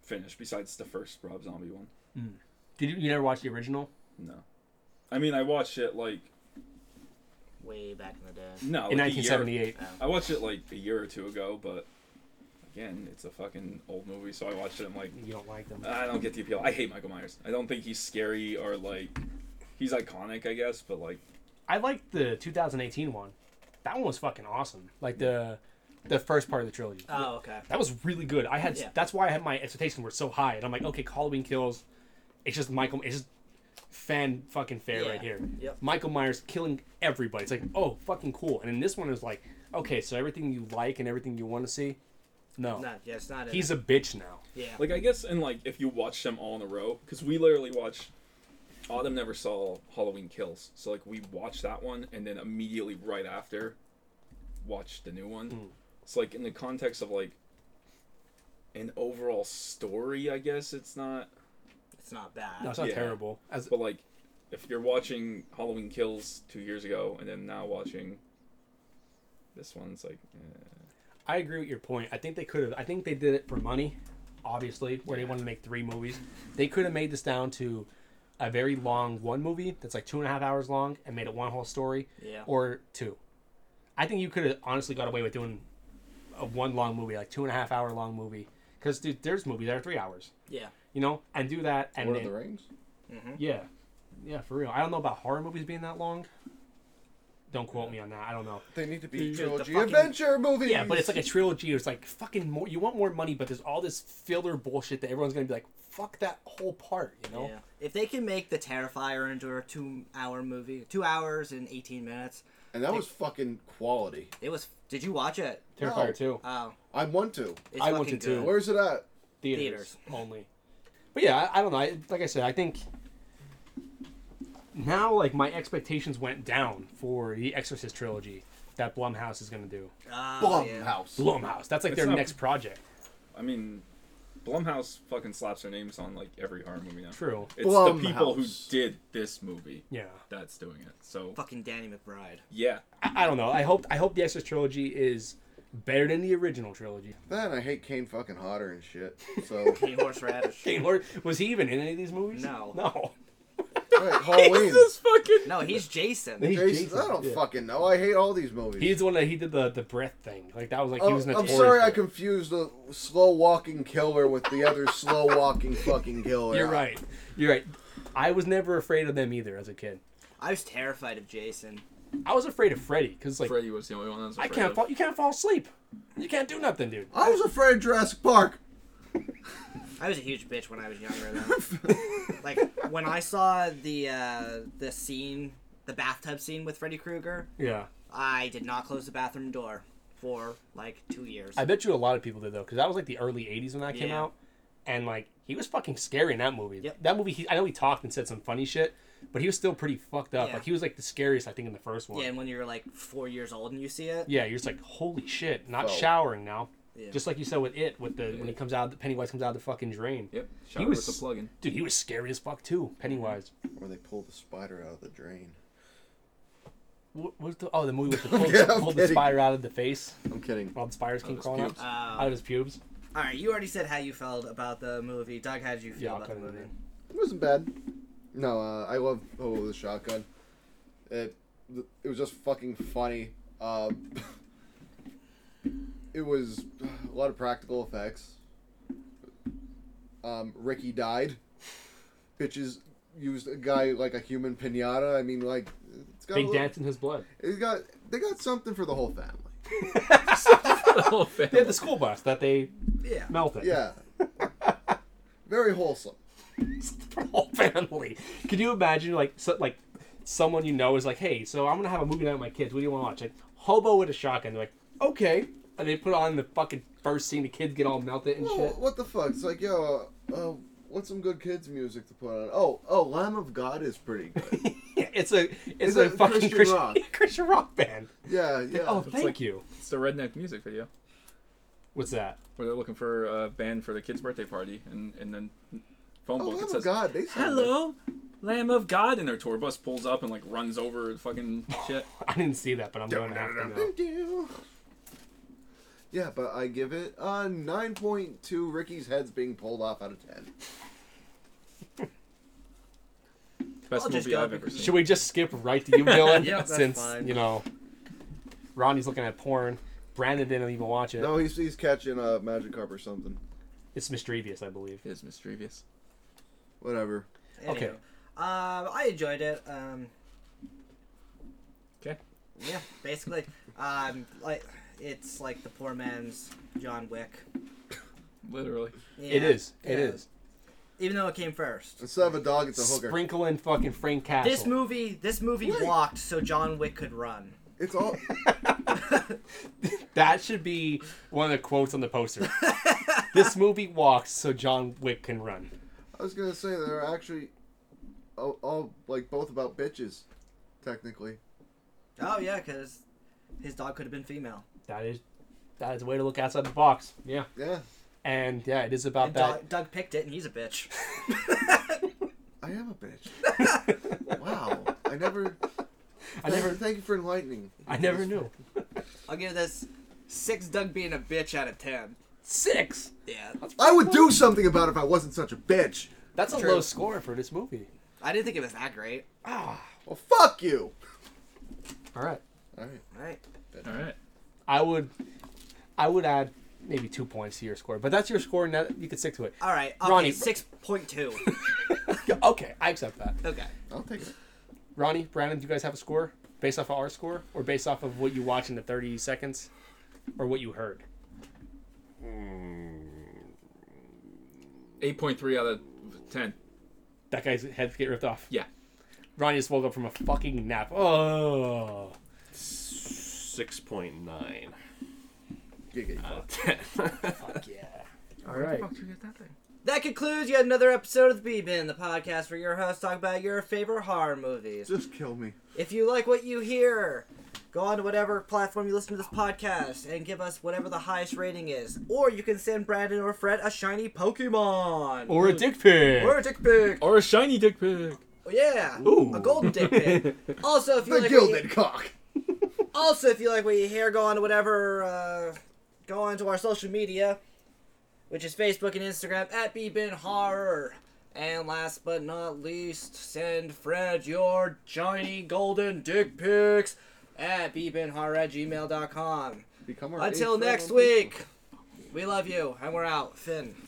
S7: finished. Besides the first Rob Zombie one,
S4: did you, you never watch the original?
S7: no. I mean, I watched it like
S3: Way back in the day.
S7: no
S4: in
S7: like, a year-
S4: 1978.
S7: I watched it like a year or two ago, but again, it's a fucking old movie, so I watched it. I'm like,
S4: You don't like them.
S7: I don't get the appeal. I hate Michael Myers. I don't think he's scary or like he's iconic, I guess, but like
S4: I liked the 2018 one. That one was fucking awesome. Like the the first part of the trilogy.
S3: Oh, okay.
S4: That was really good. I had
S3: Yeah.
S4: that's why I had my expectations were so high, and I'm like, okay, Halloween Kills. It's just Michael. It's just fan fucking fair
S3: Yeah.
S4: right here.
S3: Yep.
S4: Michael Myers killing everybody. It's like, oh, fucking cool. And in this one, it was like, okay, so everything you like and everything you want to see, no,
S3: Not yeah, it's not. in
S4: he's
S3: it.
S4: a bitch now.
S3: yeah.
S7: Like I guess, and like if you watch them all in a row, because we literally watched. Autumn never saw Halloween Kills, so like we watched that one, and then immediately right after, watched the new one. It's like in the context of like an overall story, I guess it's not.
S3: it's not bad.
S4: No, it's not
S7: Yeah.
S4: terrible. As
S7: But like, if you're watching Halloween Kills two years ago, and then now watching this one, it's like, eh.
S4: I agree with your point. I think they could have. I think they did it for money, obviously, where they wanted to make three movies. They could have made this down to a very long one movie that's like two and a half hours long and made it one whole story.
S3: Yeah.
S4: Or two. I think you could have honestly got away with doing a one long movie, like two and a half hour long movie, Because dude, there's movies that are three hours.
S3: Yeah.
S4: You know, and do that and
S6: Lord of
S4: then-
S6: the Rings.
S4: Yeah, yeah, for real. I don't know about horror movies being that long. Don't quote me on that. I don't know.
S6: They need to be
S4: Dude, the
S6: trilogy
S4: fucking-
S6: adventure movies.
S4: Yeah, but it's like a trilogy. It's like fucking more. You want more money, but there's all this filler bullshit that everyone's gonna be like, fuck that whole part. You know?
S3: Yeah. If they can make the Terrifier into a two-hour movie, two hours and eighteen minutes,
S6: and that was fucking quality.
S3: it was. Did you watch it?
S4: Terrifier
S6: No.
S4: too.
S3: Oh,
S6: I want to.
S3: it's
S4: I
S3: fucking
S4: wanted to.
S3: good.
S6: Where's it at?
S4: Theaters, only. But yeah, I, I don't know. I, like I said, I think now like my expectations went down for the Exorcist trilogy that Blumhouse is gonna do.
S3: Ah,
S4: Oh,
S3: yeah.
S6: Blumhouse.
S4: Blumhouse. That's like
S7: It's
S4: their
S7: not-
S4: next project.
S7: I mean, Blumhouse fucking slaps their names on like every horror movie now.
S4: True.
S7: It's
S6: Blumhouse.
S7: the people who did this movie
S4: Yeah.
S7: that's doing it. So
S3: Fucking Danny McBride.
S7: yeah,
S4: I, I don't know. I hope I hope the Exorcist trilogy is better than the original trilogy. (laughs)
S6: Then I hate Kane fucking hotter and shit. So wait,
S3: King
S4: (laughs)
S3: Horseradish.
S4: Hey, Lord, was he even in any of these movies?
S3: No.
S4: No. (laughs)
S6: Halloween.
S4: fucking.
S3: No, he's Jason.
S4: He's
S6: Jason,
S4: Jason,
S6: I don't
S4: yeah.
S6: fucking know. I hate all these movies.
S4: He's the one that he did the the breath thing. Like that was like
S6: Oh,
S4: he was
S6: I'm
S4: notorious.
S6: sorry,
S4: for
S6: I
S4: it.
S6: confused the slow walking killer with the other slow walking fucking killer.
S4: (laughs) You're right. You're right. I was never afraid of them either as a kid.
S3: I was terrified of Jason.
S4: I was afraid of Freddy because like
S7: Freddy was the only one that was
S4: I
S7: afraid
S4: can't
S7: of.
S4: fall. You can't fall asleep. You can't do nothing, dude.
S6: I was afraid of Jurassic Park.
S3: I was a huge bitch when I was younger, though.
S4: (laughs)
S3: like when I saw the uh, the scene, the bathtub scene with Freddy Krueger,
S4: Yeah.
S3: I did not close the bathroom door for like two years.
S4: I bet you a lot of people did though, because that was like the early '80s when that came
S3: Yeah.
S4: out, and like he was fucking scary in that movie.
S3: Yep.
S4: That movie, he, I know he talked and said some funny shit, but he was still pretty fucked up.
S3: Yeah.
S4: Like he was like the scariest I think in the first one.
S3: yeah, and when you're like four years old and you see it,
S4: Yeah, you're just like, holy shit, not
S6: Oh.
S4: showering now.
S3: Yeah.
S4: Just like you said with it, with the when he comes out, the Pennywise comes out of the fucking drain.
S7: Yep,
S4: He
S7: shower
S4: was
S7: with the plug-in.
S4: Dude, he was scary as fuck too, Pennywise.
S6: Where they pull the spider out of the drain.
S4: What was the oh the movie with the pulled,
S6: Yeah, I'm
S4: pulled the
S6: kidding.
S4: spider out of the face,
S6: I'm kidding.
S4: all the spiders came
S7: his
S4: crawling
S7: pubes.
S4: out, out of his pubes.
S3: Uh, all right, you already said how you felt about the movie. Doug, how did you feel
S4: Yeah, I'll
S3: about the
S4: cut it in
S3: movie?
S6: It wasn't bad. No, uh, I love Hobo the Shotgun. It it was just fucking funny. Uh, (laughs) it was a lot of practical effects. Um, Ricky died. Bitches used a guy like a human pinata. I mean, like it's got a
S4: Big
S6: little-
S4: dance in his blood.
S6: It's got they got something for the whole family.
S7: (laughs) Oh,
S4: They had the school bus that they
S3: Yeah.
S4: melted.
S6: Yeah, very wholesome.
S4: (laughs) for the whole family. Could you imagine like so, like someone you know is like, hey, so I'm gonna have a movie night with my kids. What do you want to watch? Like Hobo with a shotgun. They're like, okay, and they put on the fucking first scene. The kids get all melted and
S6: Well,
S4: shit.
S6: what the fuck? It's like, yo, uh, what's some good kids music to put on? Oh, oh, Lamb of God is pretty good.
S4: (laughs) Yeah, it's a
S6: It's
S4: it's, a,
S6: a
S4: fucking
S6: Christian
S4: Christian
S6: rock.
S4: (laughs) Christian rock band.
S6: yeah, yeah.
S4: oh, thank
S7: like-
S4: you.
S7: It's the redneck music video
S4: What's that? (laughs)
S7: where they're looking for a band for the kid's birthday party, and and then phone
S6: oh,
S7: book it
S6: Lamb
S7: says
S6: of God. They sound good.
S7: hello. Lamb of God, and their tour bus pulls up and like runs over the fucking shit.
S4: I didn't see that, but I'm going to have to know.
S6: Thank you. Yeah, but I give it uh, 9.2 Ricky's heads being pulled off out of 10.
S7: Best
S3: I'll just
S7: movie
S3: go
S7: I've ever
S3: because-
S7: seen.
S4: Should we just skip right to you,
S3: (laughs)
S4: Dylan?
S3: Yeah, that's
S4: Since
S3: fine.
S4: you know, Ronnie's looking at porn. Brandon didn't even watch it.
S6: No, he's, he's catching a uh, magic cup or something.
S4: It's mischievous, I believe.
S7: It is mischievous.
S6: Whatever.
S3: Anywho,
S4: Okay.
S3: Um, I enjoyed it. Um,
S7: Okay.
S3: yeah, basically, um, like it's like the poor man's John Wick.
S7: Literally.
S4: It
S3: Yeah,
S4: is. It
S3: yeah.
S4: is.
S3: Even though it came first.
S6: Instead of a dog, it's a hooker.
S4: Sprinkle in fucking Frank Castle.
S3: This movie, this movie walked so John Wick could run.
S6: It's all.
S4: That should be one of the quotes on
S3: (laughs)
S4: the poster. this movie walks so John Wick can run.
S6: I was gonna say they're actually all, all like both about bitches, technically.
S3: Oh yeah, because his dog could have been female.
S4: That is that is a way to look outside the box. Yeah.
S6: Yeah.
S4: And yeah, it is about
S3: And
S4: that.
S3: Doug, Doug picked it, and he's a bitch.
S6: I am a bitch. (laughs) wow. I never.
S4: I never
S6: Thank you for enlightening.
S4: I never knew.
S3: I'll give this six Doug being a bitch out of ten.
S4: Six.
S3: Yeah,
S6: I would do something about it if I wasn't such a bitch.
S4: That's a
S3: True.
S4: low score for this movie.
S3: I didn't think it was that great.
S6: Well, fuck you.
S4: All right.
S6: All right.
S3: All right.
S7: All right.
S4: I would I would add maybe two points to your score, but that's your score. Now you can stick to it. (laughs)
S3: All right, okay,
S4: Ronnie.
S3: six point two.
S4: okay, I accept that.
S3: Okay.
S6: I'll take it.
S4: Ronnie, Brandon, do you guys have a score based off of our score or based off of what you watched in the 30 seconds or what you heard?
S9: Mm,
S7: 8.3 out of 10.
S4: That guy's head get ripped off.
S7: Yeah.
S4: Ronnie just woke up from a fucking nap. Oh.
S9: Six point nine.
S6: Giggity.
S9: (laughs)
S4: Fuck yeah. All right.
S3: That concludes yet another episode of the B Bin, the podcast where your hosts talk about your favorite horror movies.
S6: Just kill me.
S3: If you like what you hear, go on to whatever platform you listen to this podcast and give us whatever the highest rating is. Or you can send Brandon or Fred a shiny Pokemon.
S4: Or a dick pic.
S3: Or a dick pic.
S7: Or a shiny dick pic.
S3: Oh, yeah.
S4: Ooh.
S3: A golden dick
S7: (laughs)
S3: pic. Also, if you
S6: The
S3: like what you-
S6: gilded cock.
S3: also if you like what you hear, go on to whatever. Uh, go on to our social media, which is Facebook and Instagram at Beepin Horror. And last but not least, send Fred your shiny golden dick pics at beepinhorror at gmail.com.
S6: Become our
S3: Until
S6: eighth friend
S3: next
S6: on Facebook.
S3: week, we love you and we're out. Finn.